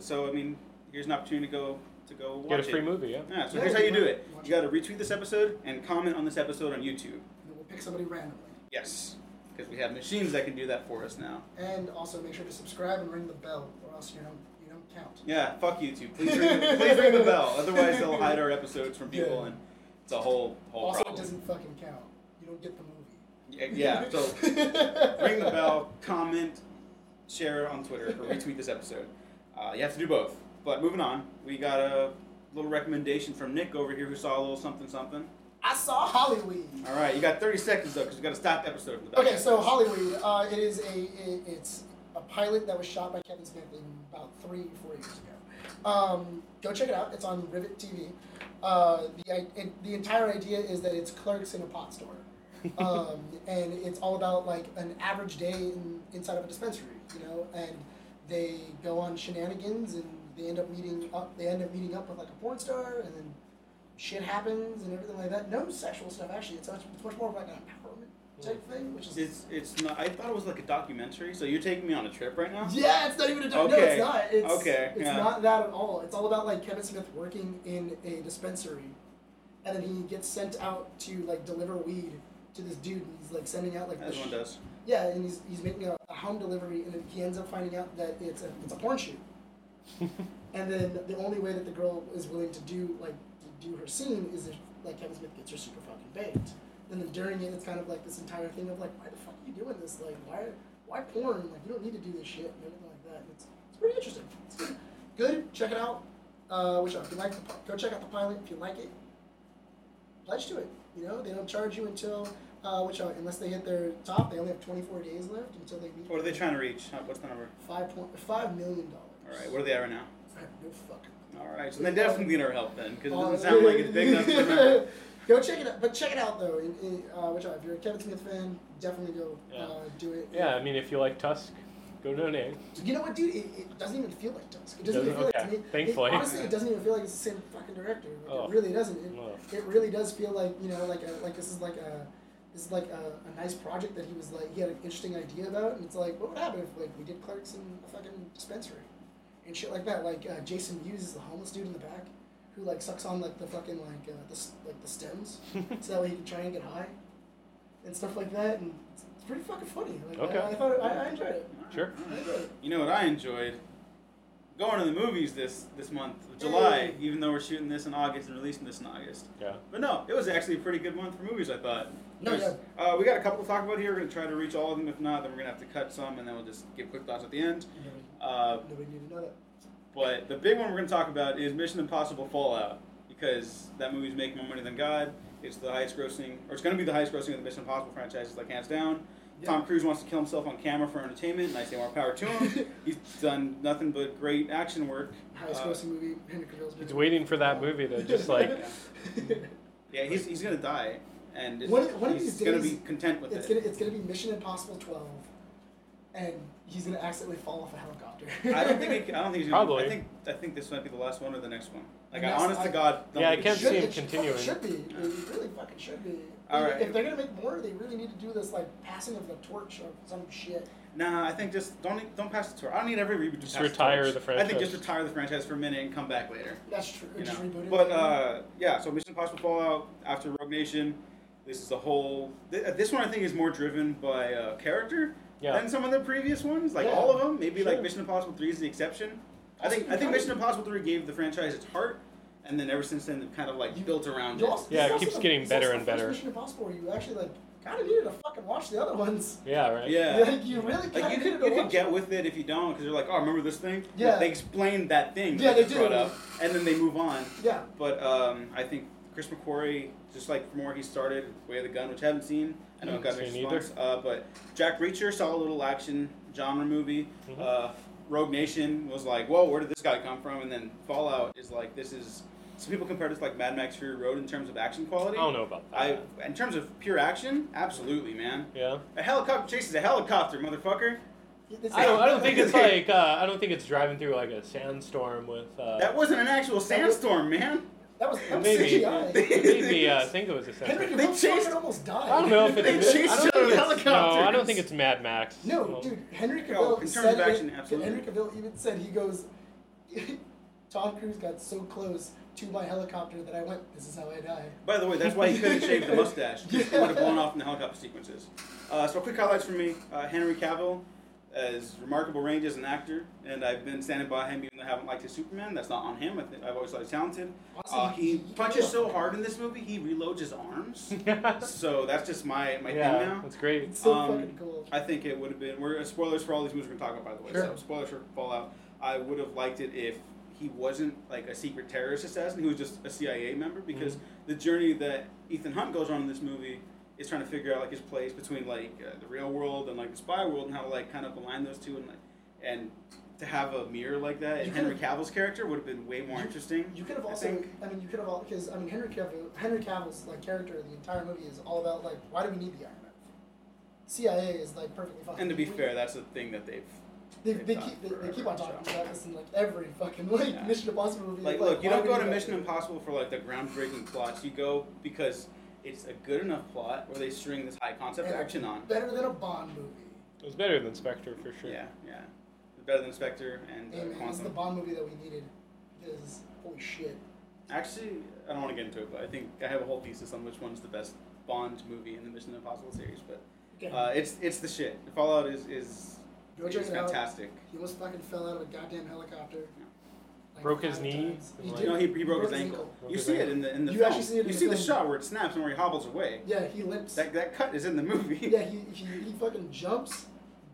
So I mean, here's an opportunity to go to go watch
Get a free
it.
movie. Yeah. [laughs]
Yeah, so
Yeah,
here's how
you
you do
might
it.
watch
You got to retweet this episode and comment on this episode on YouTube.
And We'll pick somebody randomly,
Yes, because we have machines that can do that for us now.
and also make sure to subscribe and ring the bell, or else you don't you don't count.
Yeah, fuck YouTube. Please ring, please ring the bell. Otherwise, they'll hide our episodes from people,
Yeah.
and it's a whole whole
also, it
problem.
doesn't fucking count. You don't get the movie.
Y-
[laughs]
Yeah, so ring the bell, comment, share it on Twitter, or retweet this episode. Uh, you have to do both. But moving on, we got a little recommendation from Nick over here who saw a little something something.
I saw Hollyweed.
All right, you got 30 seconds though, because we got to stop the episode. for that.
Okay, so Hollyweed. Uh, it is a it, it's a pilot that was shot by Kevin Smith in about three four years ago. Um, go check it out. It's on Rivet TV. Uh, the i- it, the entire idea is that it's clerks in a pot store, um, and it's all about like an average day in, inside of a dispensary, you know. And they go on shenanigans, and they end up meeting up. They end up meeting up with like a porn star, and then shit happens and everything like that. No sexual stuff actually. It's much, it's much more of like an empowerment type thing, which is
Mm. It's it's not. I thought it was like a documentary. So you're taking me on a trip right now?
yeah, it's not even a doc- no,
Okay.
it's not. It's,
Okay,
it's
yeah.
not that at all. It's all about like Kevin Smith working in a dispensary, and then he gets sent out to like deliver weed to this dude, and he's like sending out like the
As one
sh-
does.
yeah, and he's, he's making a, a home delivery, and then he ends up finding out that it's a it's a porn shoot. and then the only way that the girl is willing to do like to do her scene is if like Kevin Smith gets her super fucking baked. And then during it, it's kind of like this entire thing of like, why the fuck are you doing this? Like, why why porn? Like, you don't need to do this shit and everything like that. And it's it's pretty interesting. It's good. Good. Check it out. Uh, which if you like, the, pi- go check out the pilot if you like it pledge to it. You know, they don't charge you until uh, which uh, unless they hit their top, they only have 24 days left until they meet.
What are they trying to reach? Huh, What's the number?
Five point five million dollars.
All right, where are they at right now?
I have no fucking.
All right, so they definitely need our help then, because it
Uh,
doesn't sound like it's big enough. For them.
[laughs] Go check it out, but check it out though. In, in, uh, which uh, if you're a Kevin Smith fan, definitely go uh, do it.
Yeah, I mean, if you like Tusk, go donate.
You know what, dude? It, it doesn't even feel like Tusk. It doesn't,
Doesn't-
even feel
okay,
like. It,
thankfully.
It, honestly, it doesn't even feel like it's the same fucking director. Like,
Oh.
It really doesn't. It,
Ugh.
it really does feel like you know like a, like this is like a this is like a, a nice project that he was like he had an interesting idea about and it's like what would happen if like we did clerks in a fucking dispensary and shit like that like uh, Jason Mewes is the homeless dude in the back who like sucks on like the fucking like uh, the s- like the
[laughs]
stems so that way he can try and get high and stuff like that and it's, it's pretty fucking funny like I-
Okay.
I, thought I, I enjoyed it
Sure.
I enjoyed it
You know what I enjoyed? Going to the movies this this month, of July.
Hey.
Even though we're shooting this in August and releasing this in August,
Yeah.
but no, it was actually a pretty good month for movies. I thought.
No,
There's- uh, we got a couple to talk about here. We're gonna try to reach all of them. If not, then we're gonna have to cut some, and then we'll just give quick thoughts at the end.
nobody,
Uh,
nobody needed to know that
But the big one we're going to talk about is Mission Impossible Fallout because that movie's making more money than God. It's the highest grossing, or it's going to be the highest grossing of the Mission Impossible franchises, like hands down.
Yeah.
Tom Cruise wants to kill himself on camera for entertainment, and I say more power to
[laughs]
him. He's done nothing but great action work.
highest
Uh,
grossing movie Henry Cavill's
He's
movie.
waiting for that movie
[laughs]
to just like
yeah, he's, he's going to die, and it's,
One of- one of
he's
these
going to
days,
be content with
it's
it.
gonna
[laughs]
[laughs] it's gonna be Mission Impossible twelve, and he's gonna accidentally fall off a helicopter.
I don't think he, I don't think he's gonna,
Probably.
I think I think this might be the last one or the next one. I Like,
And
I
that's-
honest to
I-
God, don't
Yeah, I
think
[laughs] can't
it
see
should.
it
him continuing.
Should be. It really fucking should be.
All
If-
right.
If they're gonna make more, they really need to do this like passing of the torch or some shit.
Nah, I think just don't e-, don't pass the torch. I don't need every reboot to
Just
pass
retire
the, torch.
the
I think just
franchise.
retire the franchise for a minute and come back later.
That's true.
you
Just
know.
reboot it.
But uh, yeah, so Mission Impossible Fallout after Rogue Nation, this is the whole. Th- uh, this one I think is more driven by uh, character
Yeah.
than some of the previous ones. Like
Yeah.
all of them, maybe like
Sure.
Mission Impossible Three is the exception. I think I think Mission Impossible Three gave the franchise its heart, and then ever since then they've kind of like
You-
built around
You
it.
also-
Yeah,
this
it
is
keeps
also the-
getting
this is
better
also
and
the first
better.
Mission Impossible, where you actually like kind of needed to fucking watch the other ones.
Yeah, right.
Yeah.
[laughs] Like you really kind
Like you
of
could,
needed to
you could
watch
get
it.
with it if you don't, because you're like, oh, remember this thing?
Yeah.
They explained that thing. that
Yeah, they
just
do.
brought up, and then they move on.
Yeah.
But um, I think Chris McQuarrie, just like from where he started, Way of the Gun, which I haven't seen. I know it got
Haven't
mixed
seen either.
response. Uh, but Jack Reacher, solid little action genre movie.
Mhm.
Uh, Rogue Nation was like, whoa, where did this guy come from? And then Fallout is like, this is. Some people compare this to like Mad Max Fury Road in terms of action
I
quality.
don't know about that.
I, in terms of pure action, absolutely, man. [laughs]
yeah.
A helicopter chase is a helicopter, motherfucker.
It's-
I don't. I don't think it's like. Uh, I don't think it's driving through like a sandstorm with. Uh,
That wasn't an actual sandstorm, man.
That was, that was
Maybe.
CGI.
it made me uh, think it was a
Henry
sandstorm.
They
Cavill
chased-
fucking almost died.
I don't know if it.
They
I don't
chased
think
other
it's- No, I
helicopters.
don't think it's Mad Max.
No,
Well, [laughs]
dude, Henry Cavill
No, in terms
said
of action,
it,
absolutely.
Henry Cavill even said he goes, [laughs] Tom Cruise got so close to my helicopter that I went, this is how I die.
By the way, that's why he [laughs] couldn't shave the mustache. It would have blown off in the helicopter sequences. Uh, so, quick highlights for me: uh, Henry Cavill has remarkable range as an actor, and I've been standing by him even though I haven't liked his Superman. That's not on him. I think I've always thought he's talented. Uh, he punches so hard in this movie, he reloads his
[laughs]
arms. So that's just my my thing
yeah,
now.
that's
[laughs]
great.
It's so
um,
fucking cool.
I think it would have been. We're spoilers for all these movies we're gonna talk about, by the way.
Sure.
So spoilers for Fallout. I would have liked it if he wasn't like a secret terrorist assassin. He was just a CIA member because
Mm-hmm.
the journey that Ethan Hunt goes on in this movie is trying to figure out like his place between like uh, the real world and like the spy world and how to like kind of align those two and like and to have a mirror like that and
You
Henry Cavill's character would have been way more
You-
interesting.
You could have
I
also,
think-
I, mean, you could have all, because, I mean, Henry, Cavill, Henry Cavill's, like, character, the entire movie is all about, like, why do we need the Iron Man? CIA is, like, perfectly fucking.
And to be
we-
fair, that's the thing that they've
they,
they've
they,
done
keep, they, they
forever,
keep on talking
so.
about this in, like, every [laughs] fucking, like,
Yeah.
Mission Impossible movie.
Like, look, you
why
don't
do
go
we
to
need
Mission
that?
Impossible for like the groundbreaking plots. You go because it's a good enough plot where they string this high concept
Yeah.
action on.
Better than a Bond movie.
It was better than Spectre for sure.
Yeah, yeah. Better than Spectre and
Hey,
uh,
man, this is the
Quantum.
Bond movie that we needed. Because holy shit,
Actually, I don't want to get into it, but I think I have a whole thesis on which one's the best Bond movie in the Mission Impossible series. But
okay.
uh, it's it's the shit. Fallout is is,
go
is
check it out.
fantastic.
He almost fucking fell out of a goddamn helicopter.
Yeah.
Like,
Broke his
five
knee?
times. He
Like-
did.
You know, he, he broke his ankle. You see it in the in the
You
film.
actually see it in
you
the
see the
film.
shot where it snaps and where he hobbles away.
Yeah, he limps.
That that cut is in the movie.
yeah, he, he he fucking jumps,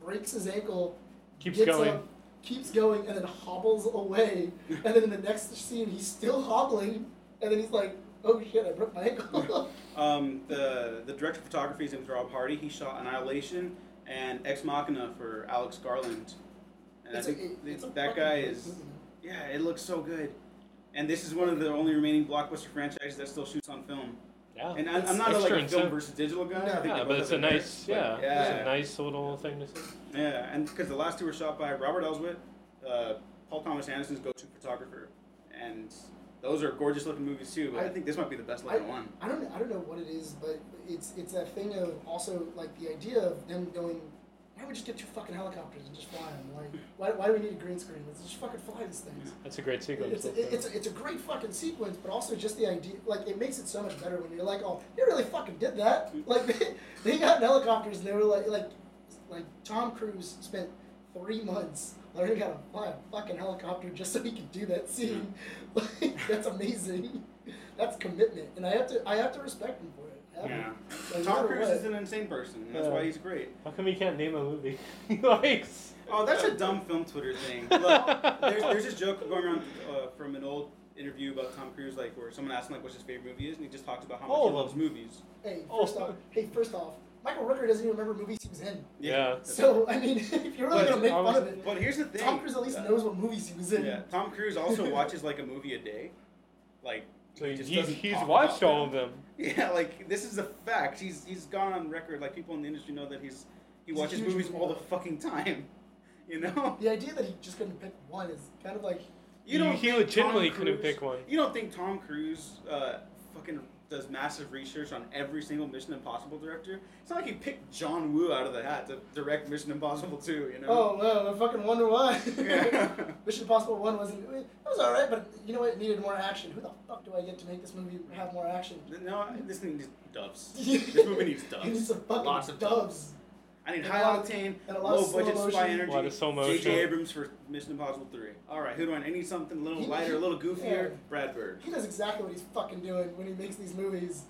breaks his ankle,
Keeps
uh,
gets
going.
up, keeps going, and then hobbles away. and then in the next scene, he's still hobbling, and then he's like, "Oh shit, I broke my [laughs] ankle."
Um, the the director of photography is named Rob Hardy. He shot Annihilation and Ex Machina for Alex Garland. And
It's
I
a-
think
it- it's a
that
fucking
guy
great
is
movie.
yeah, it looks so good. And this is one of the only remaining blockbuster franchises that still shoots on film.
Yeah.
And I'm, I'm
Oh, It's
not a, like
extra
a film
incentive.
versus digital guy. I
No.
think they
Yeah,
both
but it's a
have their
nice,
merits, but
yeah,
yeah,
it's a nice little thing to see.
yeah. And because the last two were shot by Robert Elswit, uh, Paul Thomas Anderson's go-to photographer, and those are gorgeous looking movies too. But I,
I-
think this might be the best looking one.
I don't I don't know what it is, but it's it's that thing of also like the idea of them going. Why don't we just get two fucking helicopters and just fly them? Like, why, why do we need a green screen? Let's just fucking fly these things.
That's a great sequence.
It's,
though,
a,
for-
it's, a, it's a great fucking sequence, but also just the idea, like, it makes it so much better when you're like, oh, they really fucking did that. Like, they, [laughs] they got in helicopters and they were like, like, like Tom Cruise spent three months learning how to fly a fucking helicopter just so he could do that scene. [laughs] Like, that's amazing. [laughs] That's commitment, and I have to, I have to respect him for it. I have to.
Yeah.
Like,
Tom
no
Cruise
way.
is an insane person. and That's
Yeah.
why he's great.
How come you can't name a movie? [laughs] He likes.
Oh, that's a dumb film Twitter
[laughs]
thing. Look, there's, there's this joke going around uh, from an old interview about Tom Cruise, like where someone asked him like what his favorite movie is, and he just talks about how much
All
he
of
loves movies.
Hey, first
Oh.
off, hey, first off, Michael Rooker doesn't even remember movies he was in.
Yeah.
that's-
So I mean, [laughs] if you're really
But
gonna make fun of
obviously-
it,
But here's the thing.
Tom Cruise at least
uh,
knows what movies he was in.
Yeah, Tom Cruise also watches like a movie a day. Like
So
he just
he's,
doesn't
he's
talk
watched
about them.
all of them.
[laughs] Yeah, like this is a fact. He's he's gone on record. Like people in the industry know that he's he
He's a
watches
huge
movies
movie
all the
buff.
fucking time. [laughs] You know.
The idea that he just couldn't pick one is kind of like
You don't.
he
think
legitimately
Tom
couldn't
Cruise-
pick one.
You don't think Tom Cruise uh, fucking does massive research on every single Mission Impossible director? It's not like he picked John Woo out of the hat to direct Mission Impossible 2, you know?
Oh well, I fucking wonder why.
Yeah.
[laughs] Mission Impossible One wasn't. It was all right, but you know what? It needed more action. Who the fuck do I get to make this movie have more action?
No, this thing needs
[laughs]
doves. [laughs] this movie needs doves.
It [laughs] needs some fucking
Lots of
doves.
I need
And a
high
lot of-
octane,
and a lot
low
of
budget
slow
spy
motion.
energy.
A lot of slow
J.J.
motion.
Abrams for Mission Impossible 3. Alright, who do I need? I need something a little
He-
lighter, a little goofier.
yeah.
Brad Bird.
He knows exactly what he's fucking doing when he makes these
[laughs]
movies.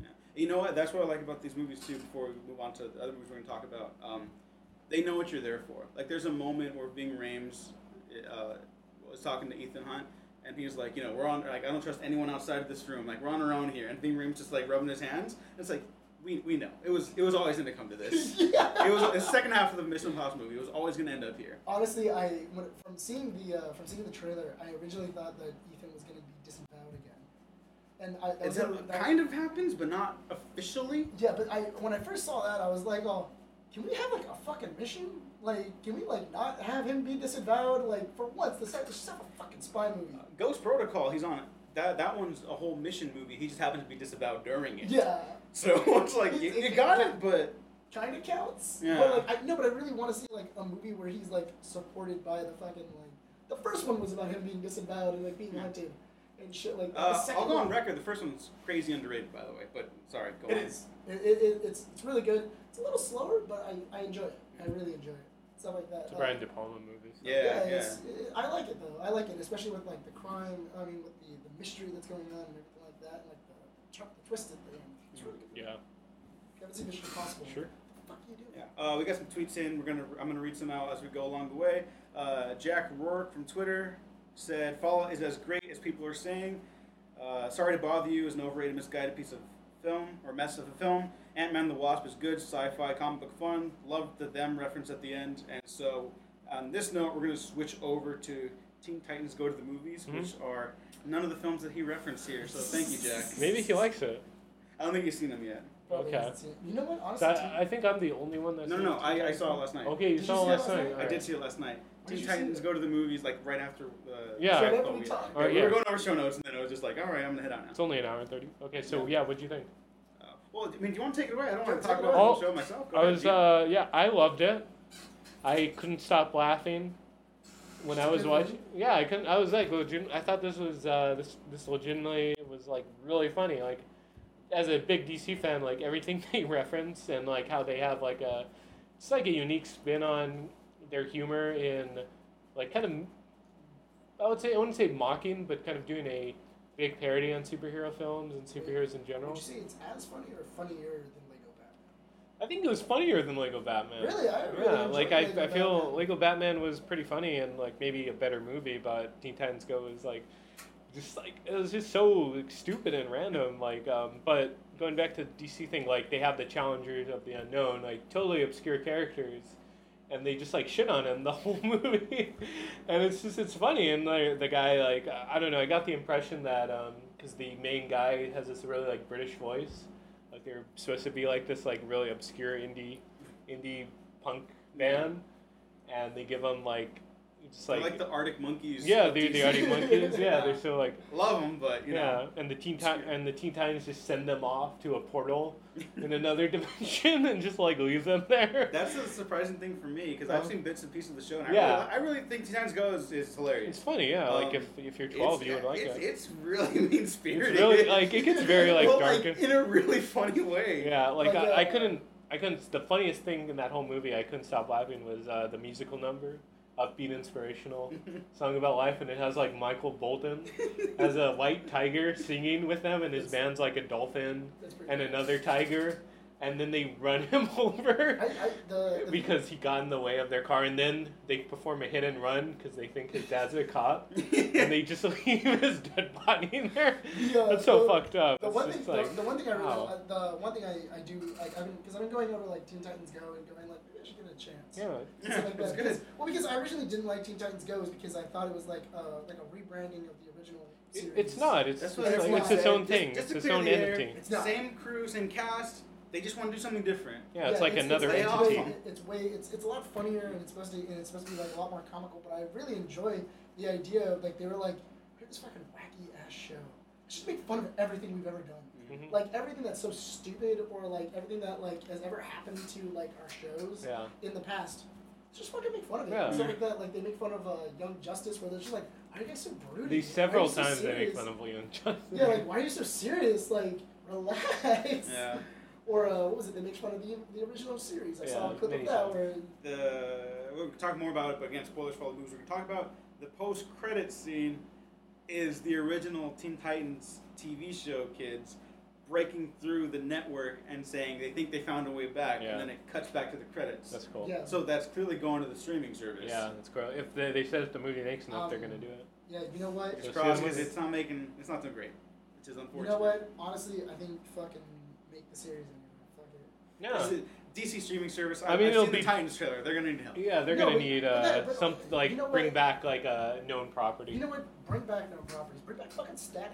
Yeah. You know what? That's what I like about these movies too. Before we move on to the other movies we're going to talk about, um, they know what you're there for. Like there's a moment where Ving Rhames uh, was talking to Ethan Hunt, and he was like, you know, we're on. Like I don't trust anyone outside of this room. Like we're on our own here. And Ving Rhames just like rubbing his hands. It's like we, we know it was it was always going to come to
[laughs]
this.
yeah.
It was the second half of the Mission Impossible movie. It was always going to end up here.
Honestly, I when, from seeing the uh, from seeing the trailer, I originally thought that Ethan was gonna be disemboweled again, and I
It's,
that was
it
that was-
kind of happens, but not officially.
Yeah, but I when I first saw that, I was like, oh, can we have like a fucking mission? Like, can we like not have him be disavowed? Like for once, this this is a fucking spy movie.
Uh, Ghost Protocol. He's on it. That that one's a whole mission movie. He just happens to be disavowed during it.
Yeah,
So [laughs] it's like you, you got it, but
kind of counts.
Yeah.
But, like, I, no, but I really want to see like a movie where he's like supported by the fucking like. The first one was about him being disavowed and like being hunted and shit like that. the
uh,
second
I'll go on
one-
record. The first one's crazy underrated, by the way. But sorry, go
It
on.
is. It, it, it, it's it's really good. It's a little slower, but I, I enjoy it. I really enjoy it. Stuff like that.
It's a
Uh,
Brian De Palma movie. so-
Yeah, yeah.
it's- it- I like it though. I like it, especially with like the crime. I mean, with the, the mystery that's going on and everything like that, and, like the, tr- the twisted thing. It's really good.
Yeah.
If you haven't seen Mission Impossible,
Sure.
what the fuck are you doing?
Yeah. Uh, we got some tweets in. We're gonna I'm gonna read some out as we go along the way. Uh, Jack Rourke from Twitter said, "Fallout is as great as people are saying." Uh, Sorry to bother you is an overrated, misguided piece of film or mess of a film. Ant Man the Wasp is good, sci-fi, comic book fun. Loved the them reference at the end. And so, on this note, we're gonna switch over to Teen Titans Go to the Movies,
Mhm.
which are none of the films that he referenced here. So thank you, Jack.
Maybe he likes it.
I don't think you've seen them yet.
Probably
Okay.
hasn't seen it. You know what? Honestly,
That, I think I'm the only one that's.
No, no, no. I, I saw it last night.
Okay, you
Did you
saw
see
it last
that last
night.
night?
I
Alright.
did see it last night.
Why did
Teen
you see
Titans
it?
go to the movies like right after. Uh,
Yeah.
Jack
Right after
Bauer.
we talk.
Yeah, we
Yeah.
were going over show notes, and then I was just like, all right, I'm gonna head out
It's
now.
only an hour and thirty. Okay, so yeah, what'd you think?
Uh, well, I mean, do you want to take it away? I don't want to
Take
talk
it
about
away.
the show myself. Go
I
ahead,
was,
Gene.
uh, yeah, I loved it. I couldn't stop laughing when
It's
I
a
was
good
watching. Yeah, I couldn't. I was like, legit. I thought this was uh, this this legitimately was like really funny. Like, as a big DC fan, like everything [laughs] they reference and like how they have like a, it's like a unique spin on their humor in, like kind of, I would say I wouldn't say mocking, but kind of doing a big parody on superhero films and superheroes in
would
general.
you say it's as funny or funnier than Lego Batman?
I think it was funnier than Lego Batman.
Really, I really
yeah,
enjoyed
like I,
Lego
I feel
Batman.
Lego Batman was pretty funny and like maybe a better movie, but Teen Titans Go was like just like it was just so like, stupid and random. Like, um, but going back to the DC thing, like they have the challengers of the unknown, like totally obscure characters, and they just like shit on him the [laughs] whole movie, and it's just it's funny. And like the guy, like I I don't know, I got the impression that because the main guy has this really like British voice, like they're supposed to be like this like really obscure indie indie punk band, and they give him like just
I
like.
like, the Arctic Monkeys.
yeah,
of
they the
DC.
Arctic Monkeys. Yeah, they're so like
[laughs] Love them, but [laughs] you
yeah,
know.
and the Teen
obscure.
Titans and the Teen Titans just send them off to a portal
[laughs]
[laughs] in another dimension and just like leave them there.
That's a surprising thing for me because I've
Um,
seen bits and pieces of the show, and
yeah.
I, really, I really think Teen Titans Go is, is hilarious.
It's funny, yeah. like
Um,
if if you're 12, you would like
it's,
it.
It's really [laughs] mean spirited.
really- like, it gets very, like, dark and-
in a really funny way. [laughs]
yeah, like
Like,
I, I
uh,
couldn't. I couldn't. The funniest thing in that whole movie, I couldn't stop laughing, was uh, the musical number,
[laughs]
upbeat, inspirational song about life, and it has like Michael Bolton as a white tiger singing with them, and his
It's-
band's like a dolphin
That's pretty
and
good.
another tiger, and then they run [laughs] him over.
I, I, the, the,
because he got in the way of their car, and then they perform a hit and run because they think his dad's a cop, and they just [laughs] leave his dead body in there.
Yeah,
That's so
the-
fucked up.
The
It's
one,
just
thing,
like,
the, the one thing I really,
wow.
uh, the one thing I, I do like I've been because I've been going over like Teen Titans Go and going like maybe I should give it a chance.
[laughs] yeah,
[laughs] and stuff like
[laughs] it's
that.
good.
Because- Well, because I originally didn't like Teen Titans Go is because I thought it was like uh, like a rebranding of the original
It-
series.
it's not. It's
That's
it's,
what
it's
like,
not.
it's its own
Just-
thing.
just to
it's its
clear
own
the air,
entity.
It's
No.
same crew, same cast. They just want to do something different.
Yeah, it's like another
it's
way-
way
entity.
off.
It's way it's, it's a lot funnier and it's supposed to and it's supposed to be like a lot more comical. But I really enjoy the idea of like they were like, "Look at this fucking wacky ass show. Let's Just make fun of everything we've ever done.
Mhm.
Like everything that's so stupid or like everything that like has ever happened to like our shows
Yeah.
in the past. Let's Just fucking make fun of it.
Yeah.
Stuff like that. Like they make fun of uh, Young Justice where they're just like, "Why are you guys so broody?
These
Why are
several
you so
times they make
serious?"
fun of Leon Johnson.
Yeah, like why are you so serious? Like relax.
Yeah.
[laughs] Or uh, what was it? They make fun of the, the original series. I saw a
Yeah,
clip
many
of that
times.
where
The we'll talk more about it, but again, spoilers for all the movies we can talk about. The post credit scene is the original Teen Titans TV show kids breaking through the network and saying they think they found a way back,
Yeah.
and then it cuts back to the credits.
[laughs] That's cool.
yeah,
so that's clearly going to the streaming service.
Yeah, that's gross. If they, they said if the movie makes enough, they're
Um,
gonna do it.
yeah, you know what?
It's
So
cross
see,
because
this-
it's not making it's not doing great, which is
You
unfortunate.
know what? Honestly, I think fucking make the series anyway. Fuck it.
This
Yeah,
is- DC streaming service. I,
I mean,
have
it'll
seen
be-
the Titans trailer. They're gonna need help.
yeah, they're
No,
gonna
but-
need
but
uh,
that- but,
some
you
like
know what?
bring back like a known property.
You know what? Bring back no properties. Bring back fucking static.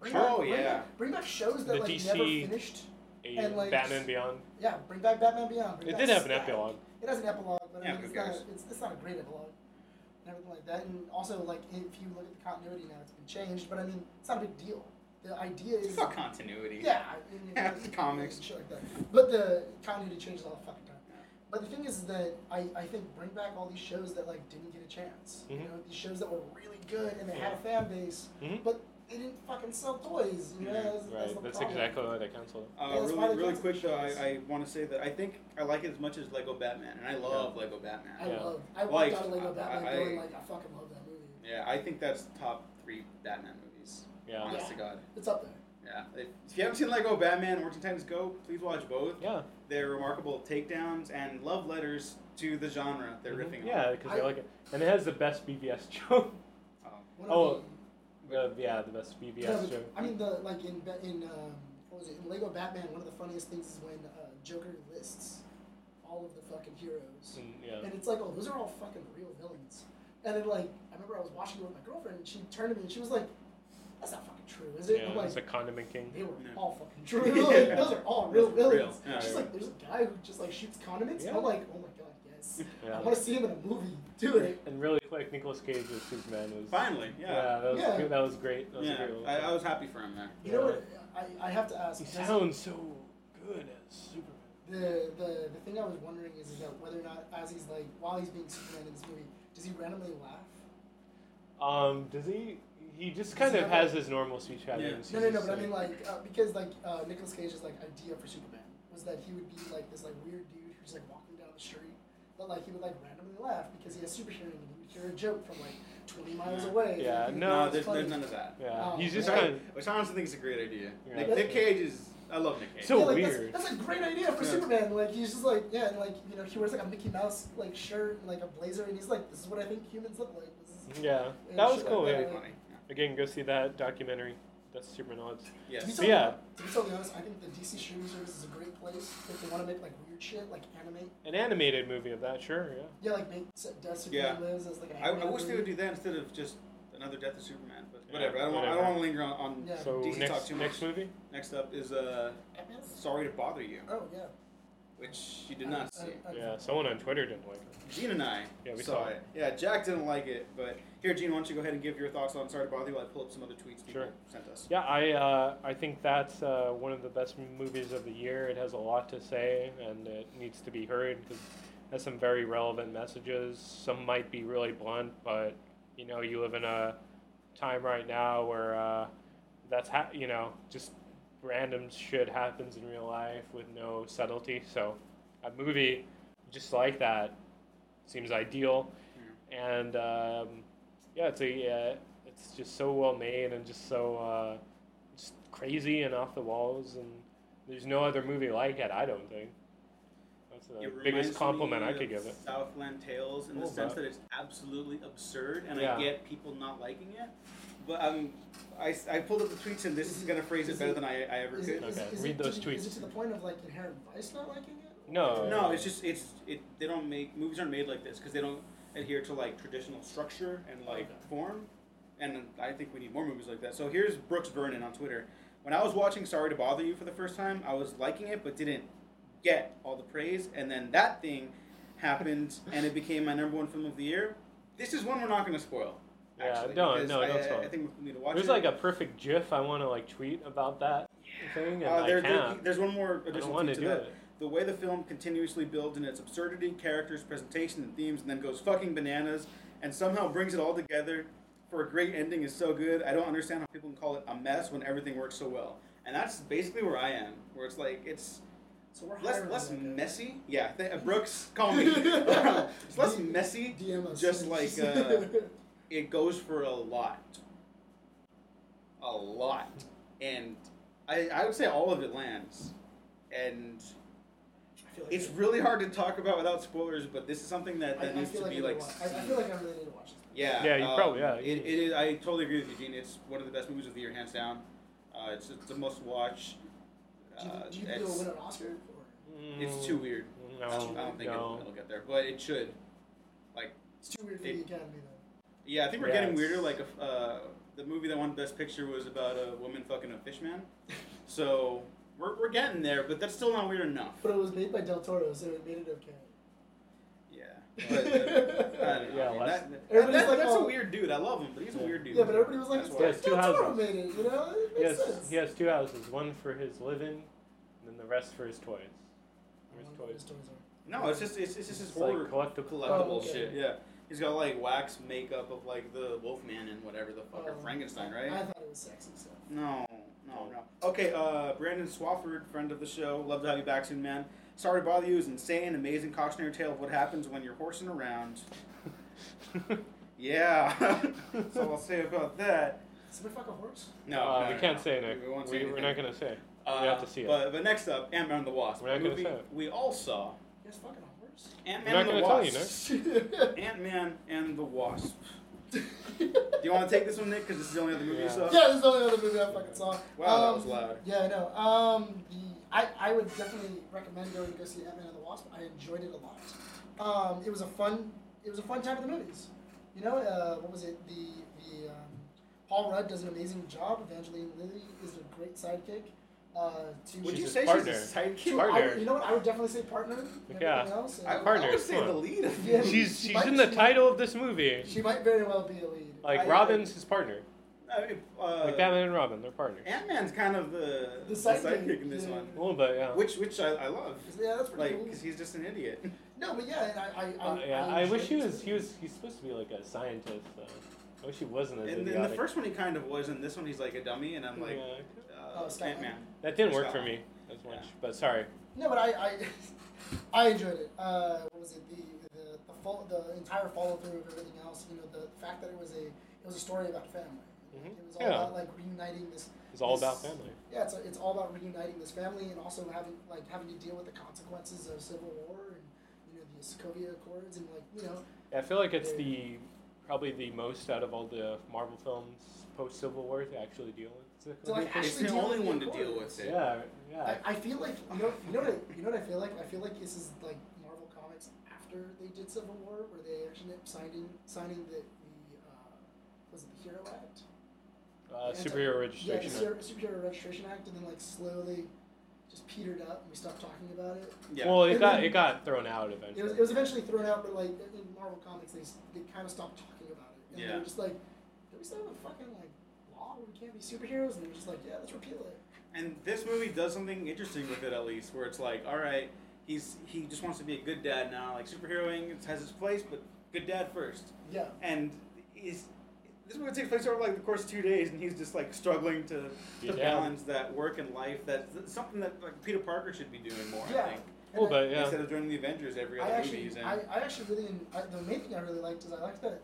Bring
Sure.
back,
Oh,
bring
yeah.
back- Bring back shows that
The
like
DC
never finished.
a
and, like,
Batman Beyond.
Yeah, bring back Batman Beyond. Bring
It
back
did have an
Static.
epilogue.
It has an epilogue, but
Yeah,
I mean,
who
it's
cares?
not it's, it's not a great epilogue and everything like that. And also, like if you look at the continuity now, it's been changed, but I mean, it's not a big deal. The idea is
It's not continuity.
Yeah, I mean,
[laughs] Yeah, it's the comics.
and shit like that. But the continuity changes all the fucking time. But the thing is that I, I think bring back all these shows that like didn't get a chance.
Mhm.
Mm-hmm.
You know, these shows that were really good and they had a fan base,
Mhm.
but they didn't fucking sell toys. You know,
Mhm.
that's, that's, the
Right, that's
problem.
exactly why they canceled
Uh,
Yeah, that's why
really,
they
really
canceled
quick
the
though, I,
shows.
I want to say that I think I like it as much as Lego Batman, and I love Lego Batman.
I
Yeah.
love. I
Like,
walked out of Lego
I-
Batman
I-
going like, I fucking love that movie.
yeah, I think that's top three Batman movies.
it. Yeah,
Honest to God.
It's up there.
Yeah. If, if you haven't seen Lego Batman or Teen Titans Go, please watch both.
yeah,
They're remarkable takedowns and love letters to the genre they're
Mhm.
riffing
yeah,
on.
because they
I-
like it, and it has the best BBS [laughs] joke.
Um,
One
Oh,
of the,
Uh, yeah, the best
Yeah,
BBS
but-
joke.
I mean, the like in Ba- in um, what was it in Lego Batman? One of the funniest things is when uh, Joker lists all of the fucking heroes,
Mm, yeah,
and it's like, oh, those are all fucking real villains. And then like, I remember I was watching it with my girlfriend, and she turned to me and she was like, "That's not fucking true, is it?"
yeah,
I'm like,
it's a condiment king.
they were
No.
all fucking true. [laughs] Like, those are all real
Those are real.
villains.
Yeah,
She's
yeah.
like, there's a guy who just like shoots condiments.
Yeah.
I'm like, oh my god, yes. I
Yeah.
want to see him in a movie. Do it.
And really quick, Nicolas Cage as Superman was.
Finally, yeah.
that was
Yeah.
good- that was great. That was a
Yeah,
great one.
I, I was happy for him there.
You know what? I, I have to ask.
He
does-
sounds so good as Superman.
The, the the thing I was wondering is, is that whether or not as he's like while he's being Superman in this movie, does he randomly laugh?
Um, does he? He just
Does
kind
he
of
have
has his normal speech patterns.
No,
He's
no, no.
just
But I
like-
mean, like uh, because like uh, Nicolas Cage's like idea for Superman was that he would be like this like weird dude who's like walking down the street, but like he would like randomly laugh because he has super hearing and he would hear a joke from like twenty miles
Yeah.
away. and
Yeah,
he would
No,
No,
think
there's,
it's
there's
funny.
none of that.
yeah,
Oh,
he's just
right.
kind of.
Which I honestly think is a great idea.
Yeah.
Nick, Nick Cage is. I love Nick Cage.
So
yeah, like,
weird.
That's, that's a great idea for
Yeah.
Superman. Like he's just like yeah, and like you know he wears like a Mickey Mouse like shirt and like a blazer and he's like this is what I think humans look like. This is
Yeah,
and uh,
that
shit
was
like
cool.
that.
That'd
Yeah.
be funny. Yeah.
Again, go see that documentary. That's Superman odds.
To be
Yes.
So,
totally-
yeah.
To be totally honest, I think the DC streaming service is a great place if they want to make like weird shit, like animate.
An animated movie of that, sure. Yeah.
Yeah, like make S- Death Superman
Yeah.
Lives as like an
I, I
animated
wish they would
movie.
do that instead of just another Death of Superman. But
Yeah,
whatever. I don't. Want, I don't
whatever.
want to linger on. on
Yeah.
So
DC talk
next
too much.
next movie.
Next up is uh,
Batman's-
Sorry to Bother You,
Oh yeah. Uh,
which you did not
I- I-
see.
I-
Yeah, someone on Twitter didn't like it.
Gene and I
Yeah, we
saw
saw
it.
it.
Yeah, Jack didn't like it, but here, Gene, why don't you go ahead and give your thoughts on Sorry to Bother You while I pull up some other tweets people
Sure.
sent us.
Yeah, I uh, I think that's uh, one of the best movies of the year. It has a lot to say, and it needs to be heard because it has some very relevant messages. Some might be really blunt, but you know, you live in a time right now where uh, that's ha- you know just random shit happens in real life with no subtlety. So a movie just like that seems ideal, and um, yeah, it's a uh, it's just so well made and just so uh, just crazy and off the walls, and there's no other movie like it. I don't think. That's the
It reminds
biggest
me
compliment I could
of
give it.
Southland Tales in the
Cool,
sense
bro.
that it's absolutely absurd, and
Yeah.
I get people not liking it. But um, I, I pulled up the tweets, and this is gonna phrase it
Is
better
it-
than I, I ever
Is
could.
it, is,
Okay,
is
read
it,
those
is it- Is
tweets.
it to the point of like inherent vice not liking it?
No,
No, it's just it's it. They don't make movies aren't made like this because they don't adhere to like traditional structure and like
Okay.
form. And I think we need more movies like that. So here's Brooks Vernon on Twitter. When I was watching Sorry to Bother You for the first time, I was liking it but didn't get all the praise. And then that thing happened, and it became my number one film of the year. This is one we're not going to spoil.
Yeah,
Actually,
don't-
because
no,
I,
don't tell
I, I
me.
think we need to watch
There's
it.
like a perfect GIF I want to like tweet about that thing, and
Uh,
I
there- there-
can't.
there's one more
I don't
additional
want
thing
to
to
do
that.
it.
The way the film continuously builds in its absurdity, characters, presentation, and themes, and then goes fucking bananas, and somehow brings it all together for a great ending is so good. I don't understand how people can call it a mess when everything works so well. And that's basically where I am, where it's like it's
So we're
less
hiring
less
that guy.
messy. Yeah, th- uh, Brooks, call me. [laughs] it's less messy.
DM us.
Just like,
[laughs]
uh, It goes for a lot, a lot, and I I would say all of it lands, and.
I feel like
It's
I-
really hard to talk about without spoilers, but this is something that,
I,
that
I
needs
feel
to
like I,
be
need
like.
to watch- I, I feel like I really need to watch this.
yeah,
Yeah, you
um,
probably- yeah, you
It,
can-
it is, I totally agree with Eugene. It's one of the best movies of the year, hands down. Uh, it's, it's a must watch.
Do you,
Uh,
do you think it'll
it's,
win an Oscar? Or
it's too weird.
Mm, No,
I don't think
no.
it'll, it'll get there, but it should.
it's too weird for
It-
the Academy though.
Yeah, I think we're
Yeah,
getting
it's-
weirder. Like, a, uh, the movie that won Best Picture was about a woman fucking a fish man. So we're, we're getting there, but that's still not weird enough.
But it was made by Del Toro, so it made it okay.
Yeah.
[laughs]
But, uh, I don't know.
Yeah,
I mean,
less-
that- that-
Everybody's
that-
like,
that's a
oh.
weird dude. I love him, but he's a
Yeah.
weird dude.
Yeah, but everybody was like,
That's
it's
why.
Yeah, it's two
Del Toro
houses.
made it, you know? It
He
makes
has,
sense.
he has two houses, one for his living, and then the rest for his
I
toys. For his
wonder what
toys.
his toys are.
No, it's just it's, it's just his
It's
horror
like collectible.
collectible
Oh, okay.
shit. Yeah, he's got like wax makeup of like the Wolfman and whatever the fuck, or
Um,
Frankenstein,
I-
right?
I thought it was sexy stuff.
no, no, no. Okay, uh, Brandon Swafford, friend of the show, love to have you back soon, man. Sorry to bother you is insane, amazing cautionary tale of what happens when you're horsing around.
[laughs]
Yeah, [laughs] that's all I'll say about that.
Somebody fuck a horse?
No,
Uh,
no,
we
no,
can't
no.
say Nick.
We won't say
We, we're
anything.
not gonna say.
Uh,
we have to see it.
But, but next up, Ant Man and the Wasp.
We're not
a
gonna
movie
say it.
We all saw
You guys fucking a horse?
Ant
We're
Man and
not
the
gonna tell you,
Wasp.
Nick.
Ant Man and the Wasp. [laughs] Do you want to take this one, Nick? Because this is the only other movie you
Yeah.
saw.
Yeah, this is the only other movie I fucking saw.
Wow, that
Um,
was loud.
Yeah, I know. Um, the, I, I would definitely recommend going to go see Ant Man and the Wasp. I enjoyed it a lot. Um, it was a fun it was a fun time at the movies. You know, uh, what was it? The the um, Paul Rudd does an amazing job. Evangeline Lilly is a great sidekick. Uh, to
Would
She's
you
his
say
partner.
she's a sidekick?
to, I would-
partner.
you know what? I would definitely say partner. than
Yeah.
anything Else, and
I,
Partner,
I would say
come
the
on.
lead. Of [laughs]
Yeah.
them.
She's
She
she's
might-
in the
she might-
title of this movie.
She might very well be a lead.
Like
I-
Robin's his partner.
I mean, uh,
like Batman and Robin, they're partners.
Ant Man's kind of the,
The sidekick,
in this
yeah.
one,
A little bit, yeah.
which which I, I love.
yeah, that's pretty
Like,
cool.
because he's just an idiot.
No, but yeah, and I, I,
Uh,
I,
yeah,
Um,
I, wish
enjoyed
he
it.
was. He was. He's supposed to be like a scientist. Though. I wish he wasn't as
In, in the
idiotic.
first one, he kind of was, and this one, he's like a dummy, and I'm like,
Yeah.
uh,
Oh, Scott.
Ant Man.
that didn't
It's
work
not
for
mine.
me as much.
Yeah.
But sorry.
No, but I, I, [laughs] I enjoyed it. Uh, what was it? The the the, fol- the entire follow through of everything else. You know, the fact that it was a it was a story about family.
Mhm.
It was all
Yeah.
about like reuniting this.
It's all
This-
about family.
Yeah, it's it's all about reuniting this family and also having like having to deal with the consequences of civil war and you know the Sokovia Accords and like you know
I feel like it's the probably the most out of all the Marvel films post Civil War to actually deal with.
So, like,
It's
Actually
the
deal
only
with the
one to deal
importance.
with it.
yeah, yeah.
I, I feel like you know you know what I, you know what I feel like I feel like this is like Marvel Comics after they did Civil War where they actually ended up signing signing the, the uh, was it the Hero Act
Uh,
Yeah,
superhero
yeah the
registration.
Ser- Superhero Registration Act and then like slowly just petered up and we stopped talking about it.
Yeah.
Well, it
And
got
then-
it got thrown out
It was,
eventually.
it was eventually thrown out, but like in Marvel Comics they s- they kind of stopped talking about it and they
Yeah.
were just like, do we still have a fucking like law where we can't be superheroes? And they were just like, yeah, let's repeal it.
And this movie does something interesting with it, at least, where it's like, all right, he's he just wants to be a good dad now. Like superheroing it has its place, but good dad first.
Yeah.
And he's this movie takes place over like the course of two days, and he's just like struggling to,
Yeah.
to balance that work and life. That's, that's something that like Peter Parker should be doing more.
Yeah.
I think
And
Well,
I-
but yeah.
instead of joining the Avengers every
I
other
actually,
movie he's in.
I, I actually really, en- I, the main thing I really liked is I liked that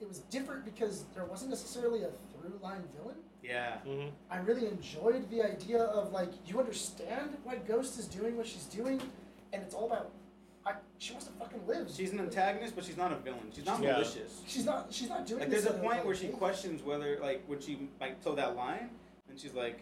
it was different because there wasn't necessarily a through line villain.
yeah.
hmm
I really enjoyed the idea of like you understand why Ghost is doing what she's doing, and it's all about I, she wants to fucking live.
She's an antagonist, but she's not a villain. She's not
Yeah.
malicious.
She's not. She's not doing.
Like
this
there's a
out of,
point
like,
where she
hate.
questions whether like when she like told that line and she's like,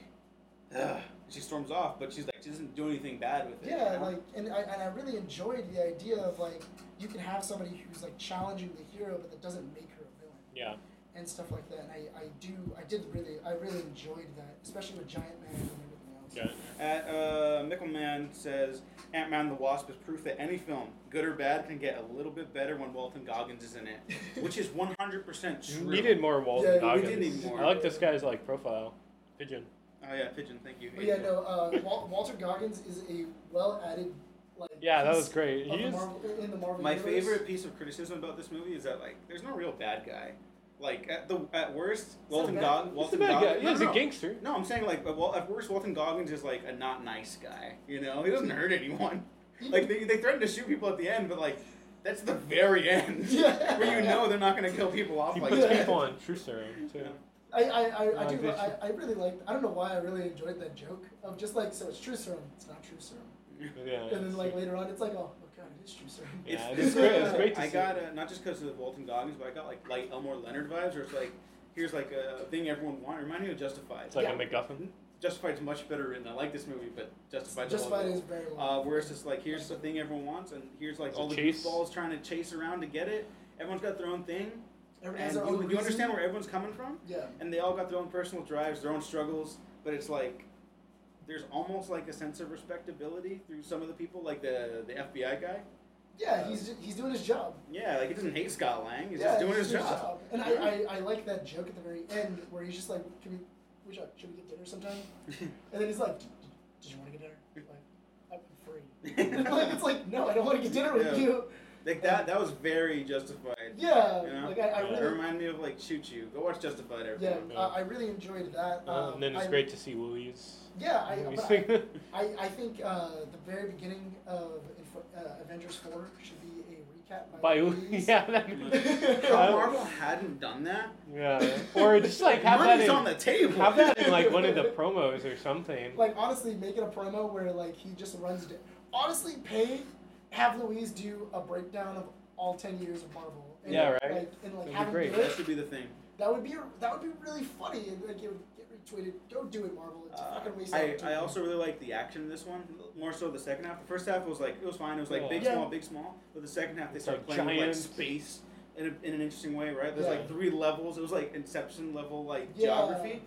Ugh, and she storms off, but she's like she doesn't do anything bad with it. you
Yeah,
know?
like, and I, and I really enjoyed the idea of like you can have somebody who's like challenging the hero, but that doesn't make her a villain.
Yeah.
and stuff like that. And I, I do I did really I really enjoyed that, especially with Giant Man and everything else.
Yeah.
at uh, Mickelman says Ant Man and the Wasp is proof that any film, good or bad, can get a little bit better when Walton Goggins is in it, which is 100% true.
Needed more Walton
Yeah, we
Goggins.
did need more.
I like this guy's like profile. Pigeon.
Oh, yeah, Pigeon, thank you.
[laughs] But yeah, no. Uh, Wal- Walter Goggins is a well added like.
Yeah, that
piece
was great.
of
He
the
is
Marvel, in the Marvel
My
universe.
favorite piece of criticism about this movie is that, like, there's no real bad guy. Like, at the at worst,
not
Walton
bad.
Goggins.
he's the bad guy. Yeah, he's a gangster.
No, I'm saying like, well, at worst, Walton Goggins is like a not nice guy. You know, he doesn't hurt
[laughs]
anyone. Like they, they threaten to shoot people at the end, but like that's the very end
[laughs]
[laughs]
Yeah.
where you know they're not gonna kill people off
He
like
puts
that. [laughs]
people on true serum too.
I I, I, I
Uh,
do
this-
I, I really like I don't know why I really enjoyed that joke of just like so it's true serum it's not true serum
Yeah.
and then like later on it's like oh, oh god it is true serum [laughs]
Yeah,
It's-
it is great. It's great to
I
see.
got uh, not just because of Walton Goggins, but I got like light Elmore Leonard vibes, where it's like here's like a thing everyone wanted. Remind me of Justified.
It's like
Yeah.
a MacGuffin.
Justified's much better written. I like this movie, but Justified's a
uh, just
lot
by
better.
is very long.
Uh, where it's just like here's the thing everyone wants, and here's like
It's a
all the
chase.
goofballs trying to chase around to get it. Everyone's got their own thing.
Everyone
And
has their
you,
own
you
reason.
understand where everyone's coming from,
yeah
and they all got their own personal drives, their own struggles. But it's like there's almost like a sense of respectability through some of the people, like the the FBI guy.
yeah he's ju- he's doing his job
Yeah, like he doesn't hate Scott Lang. He's
yeah,
just doing
he's
his job.
And I, I, I like that joke at the very end where he's just like, can we, we should, should we get dinner sometime? And then he's like, "Did- did you want to get dinner? Like, I'm free. [laughs] like, it's like, no, I don't want to get dinner with
Yeah.
you.
[laughs] like that. That was very justified.
Yeah.
You know?
Like, I, I
Yeah.
It
really,
reminded me of like Choo Choo. Go watch Justified.
yeah,
Everyone.
Yeah.
I, I really enjoyed that.
Uh,
Um,
and then it's
I-
great to see Louise.
Yeah, I,
Louise
but I,
sing.
I, I think uh, the very beginning of Info, uh, Avengers 4 should be a recap by,
[laughs] By
Louise.
[laughs] yeah,
[laughs]
that,
If
Uh,
Marvel hadn't done that.
yeah. Or just like have that
money's
in
on the table.
[laughs] have that in like one of the promos or something.
Like honestly, make it a promo where like he just runs it. Honestly, pay have Louise do a breakdown of all ten years of Marvel. And,
Yeah, right.
Like, and like
That'd be
have him
great.
do
[laughs] that
it.
should be the thing.
That would be that would be really funny and like it would get retweeted. Go do it, Marvel. It's a
Uh,
fucking waste. of
I,
opportunity.
I also really liked the action in this one, more so the second half. The first half was like it was fine. It was like
Yeah.
big
Yeah.
small, big small. But the second half they
It's
started
like
playing with like
giant-
space in, a, in an interesting way, right? There's
Yeah.
like three levels. It was like Inception level like
Yeah.
geography,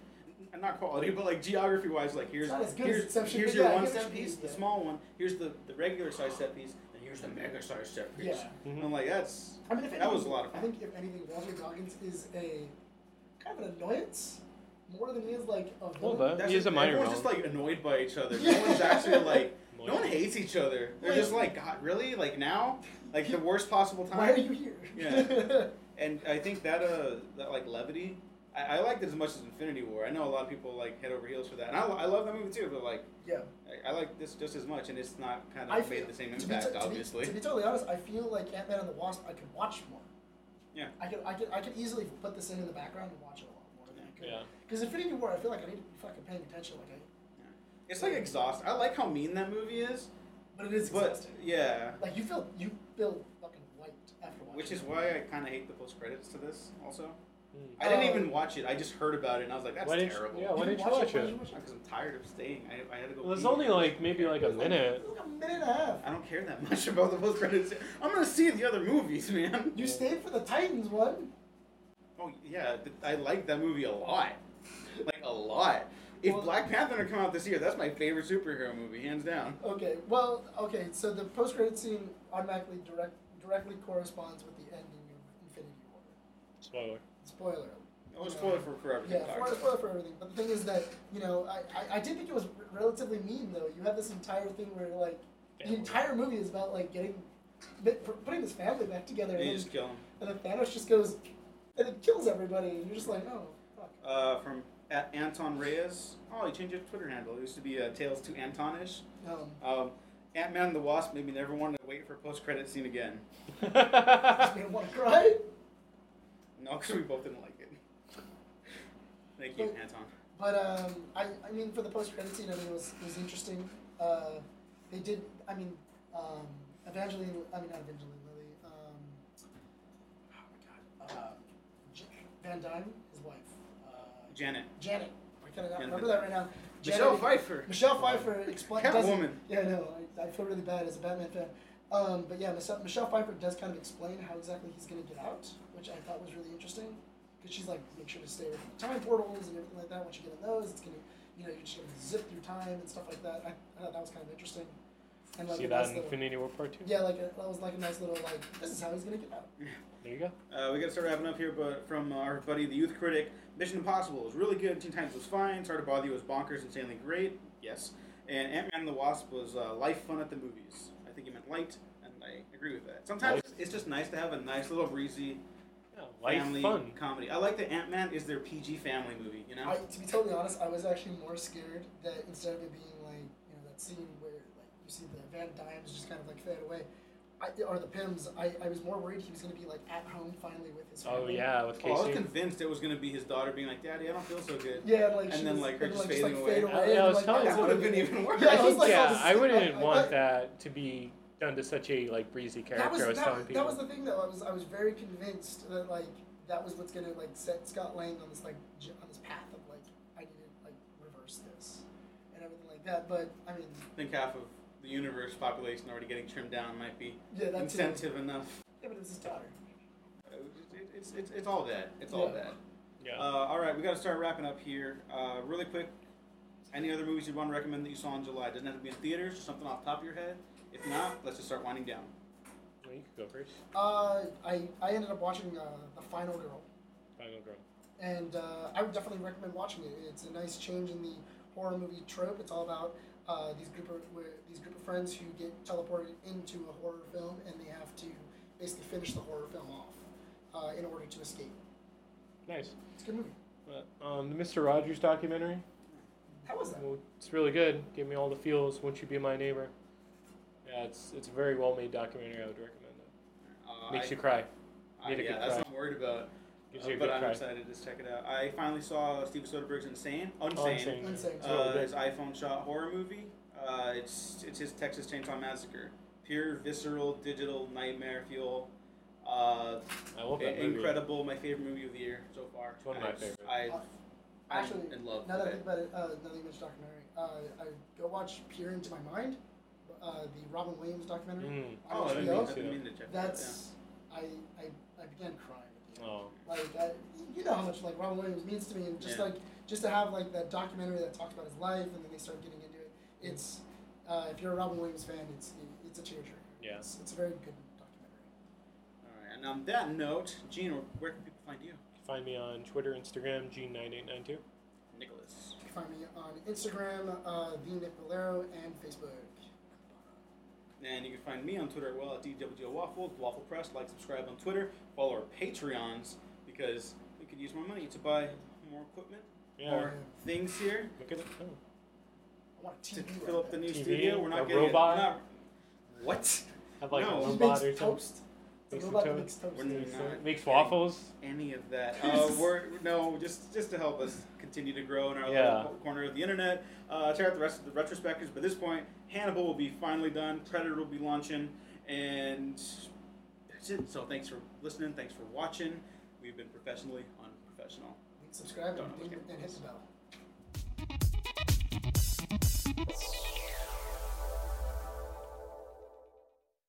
N- not quality, but like geography wise. Like here's
not as good as
here's,
Inception,
here's
but
your
yeah, I
one
get what
set
you
piece,
mean,
the
yeah.
small one. Here's the, the regular size set piece, and here's the mega size set piece.
Yeah.
Mm-hmm.
And I'm like that's
I mean, if
that
anything,
was a lot of
I
fun.
think if anything, Walter Goggins is a kind of an annoyance more than he is like a
Well,
villain.
that
That's
is
the
a
thing,
minor
Everyone's
role.
just like annoyed by each
[laughs]
other. No one's actually like No one hates each other. They're
Wait.
just like, God, really? Like now? Like the worst possible
Why are
time.
you here?
Yeah. And I think that uh, that like levity, I, I liked it as much as Infinity War. I know a lot of people like head over heels for that, and I, I love that movie too. But like,
[laughs] yeah.
I, I like this just as much, and it's not kind
I
of
feel-
made the same
to be
impact,
to- to be-
obviously.
To be, totally honest, I feel like Ant Man and the Wasp. I could watch more.
Yeah.
I could, I could, I could easily put this in in the background and watch it a lot more than I could.
Yeah.
Because Infinity War, I feel like I need to be fucking paying attention. Like, I,
It's like exhaust. I like how mean that movie is,
but it is
but
exhausting.
yeah,
Like you feel, you feel fucking wiped after watching.
which is
it.
why I kind of hate the post credits to this. Also,
Hmm.
I didn't
Oh.
even watch it. I just heard about it, and I was like, that's
Why didn't you-
terrible.
yeah, why
You
didn't you
watch
watch
Why
it?
didn't you watch
Because I'm tired of staying. I, I had to go.
Well, there's
pee.
only like maybe like a
It was
minute.
It was like a minute and a half.
I don't care that [laughs] much about the post credits. I'm gonna see the other movies, [laughs] man.
You stayed for the Titans one.
Oh yeah, th- I like that movie a lot, like a lot. If
Well-
Black Panther had come out this year, that's my favorite superhero movie, hands down.
Okay. Well, okay. So the post-credit scene automatically direct directly corresponds with the ending of Infinity War.
[laughs] Spoiler.
Spoiler. alert.
Oh, spoiler for forever.
Yeah, spoiler, spoiler for everything. But the thing is that you know, I, I, I did think it was r- relatively mean though. You have this entire thing where like the
Family.
entire movie is about like getting bi- pu- putting this family back together,
You
and, then,
just kill him.
and then Thanos just goes and it kills everybody, and you're just like, oh fuck.
Uh, from at Anton Reyes. Oh, he changed his Twitter handle. It used to be uh, Tales to Antonish.
Um,
Um, Ant Man and the Wasp made me never want to wait for a post credit scene again.
just made him want to cry.
No, [laughs] because we both didn't like it. Thank you,
But-
Anton.
But um, I, I mean, for the post credit scene, I mean, it was it was interesting. Uh, they did. I mean, um, Evangeline. I mean, not Evangeline Lilly. Um, oh my God. Uh, J- Van Dyne, his wife. Uh,
Janet.
Janet. I cannot
Janet
remember that right now. Janet-
Michelle Pfeiffer.
Michelle Pfeiffer explains.
Catwoman.
Yeah, no, I, I feel really bad as a Batman fan. Um, but yeah, Michelle, Michelle Pfeiffer does kind of explain how exactly he's going to get out, which I thought was really interesting. Because she's like, make sure to stay away from the time portals and everything like that. Once you get in those, it's going to, you know, you're just going to zip through time and stuff like that. I, I thought that was kind of interesting. And like
See
a
that
nice
in
little-
Infinity War Part Two.
Yeah, like a, that was like a nice little like this is how he's gonna get out.
There you go.
Uh, we got to start wrapping up here, but from our buddy the youth critic, Mission Impossible was really good. Teen Titans was fine. Sorry to bother you was bonkers, insanely great. Yes, and Ant Man and the Wasp was uh, life fun at the movies. I think he meant light, and I agree with that. Sometimes it's just nice to have a nice little breezy
Yeah, life
family
fun.
comedy. I like that Ant Man is their PG family movie. You know,
I, to be totally honest, I was actually more scared that instead of it being like you know that scene where like you see the Van Dymes just kind of like fade away, I, or the Pims. I, I was more worried he was gonna be like at home finally with his.
Oh
family.
yeah, with
Oh, I was
Casey.
convinced it was gonna be his daughter being like, "Daddy, I don't feel so good."
Yeah, like
And
she
then,
was-
like, her
and,
just
like,
fading
fade
away.
away.
Yeah, I
and,
was
like,
telling
that
That
you,
would have
would've
been even worse.
Yeah,
I
I was
think,
like,
yeah,
this is
I
the-
wouldn't
I- I-
want that to be done to such a like breezy
That was
character. I was
that,
telling people.
that was the thing though. I was I was very convinced that like that was what's gonna like set Scott Lang on this like j- on this path of like I need to like reverse this and everything like that. But I mean,
I think half of the universe population already getting trimmed down might be
yeah, that's
incentive enough.
Yeah, but it's his daughter.
Uh, it- It's, it's, it's all bad. It's all
Yeah.
bad.
yeah.
Uh, all right, we got to start wrapping up here. Uh, really quick, any other movies you want to recommend that you saw in July? Doesn't have to be in theaters. just Something off the top of your head. If not, let's just start winding down.
Well, you could go first.
Uh, I I ended up watching uh, the Final Girl,
Final girl.
and uh, I would definitely recommend watching it. It's a nice change in the horror movie trope. It's all about uh, these group of where- these group of friends who get teleported into a horror film, and they have to basically finish the horror film off uh, in order to escape.
Nice.
It's a good movie.
Uh, um, the Mr. Rogers documentary.
How was that?
Well, it's really good. Gave me all the feels. Won't you be my neighbor? Yeah, it's it's a very well made documentary. I would recommend it.
Uh,
Makes
I-
you cry.
I-
need a
yeah,
good
that's
cry.
what I'm worried about.
Gives
uh,
you a
but
good
I'm
cry.
excited to check it out. I finally saw Steven Soderbergh's Insane. Unsane.
Oh, insane.
Insane.
It's really
Uh,
good.
his iPhone shot horror movie. Uh, it's it's his Texas Chainsaw Massacre. Pure visceral digital nightmare fuel. Uh,
I love that
i-
movie.
incredible, my favorite movie of the year so far.
It's one of my
I-
favorites.
I,
Uh,
I'm
actually,
in love.
Now that I
with
think
it.
about it, uh, now that you mentioned documentary, uh, I go watch Peer Into My Mind, uh, the Robin Williams documentary.
Mm.
Oh, I
on
didn't
HBO.
mean,
HBO?
I didn't mean to check that
That's I, I I began crying. At the end.
Oh,
Like I, you know how much like Robin Williams means to me, and just
Yeah.
like just to have like that documentary that talks about his life, and then they start getting into it. It's uh, if you're a Robin Williams fan, it's it's a tearjerker.
yeah.
It's, it's a very good documentary.
out. All right, and on that note, Gene, where can people find you?
Find me on Twitter, Instagram, Gene9892.
Nicholas.
You can find me on Instagram, uh, the Nick Valero, and Facebook.
And you can find me on Twitter as well at DWGO Waffle, Waffle Press. Like, subscribe on Twitter. Follow our Patreons because we could use more money to buy more equipment,
Yeah.
more things here
Look at it. Oh.
I want a
to
TV.
fill up
right
the new
TV,
studio. We're not
a
getting it.
robot.
We're not- What?
Have like
No.
a
now. He
robot or
makes
something.
toast. It's
Makes
a
some
robot that
toast.
makes toast.
We're
Makes,
not
uh, makes
getting-
waffles.
Any of that?
[laughs]
Uh,
Jesus.
we're no, just just to help us continue to grow in our
Yeah.
little corner of the internet. Uh, check out the rest of the retrospectives. By this point, Hannibal will be finally done. Predator will be launching, and that's it. So thanks for listening. Thanks for watching. We've been professionally unprofessional.
Subscribe
Don't
and,
know what
ding- and hit the bell.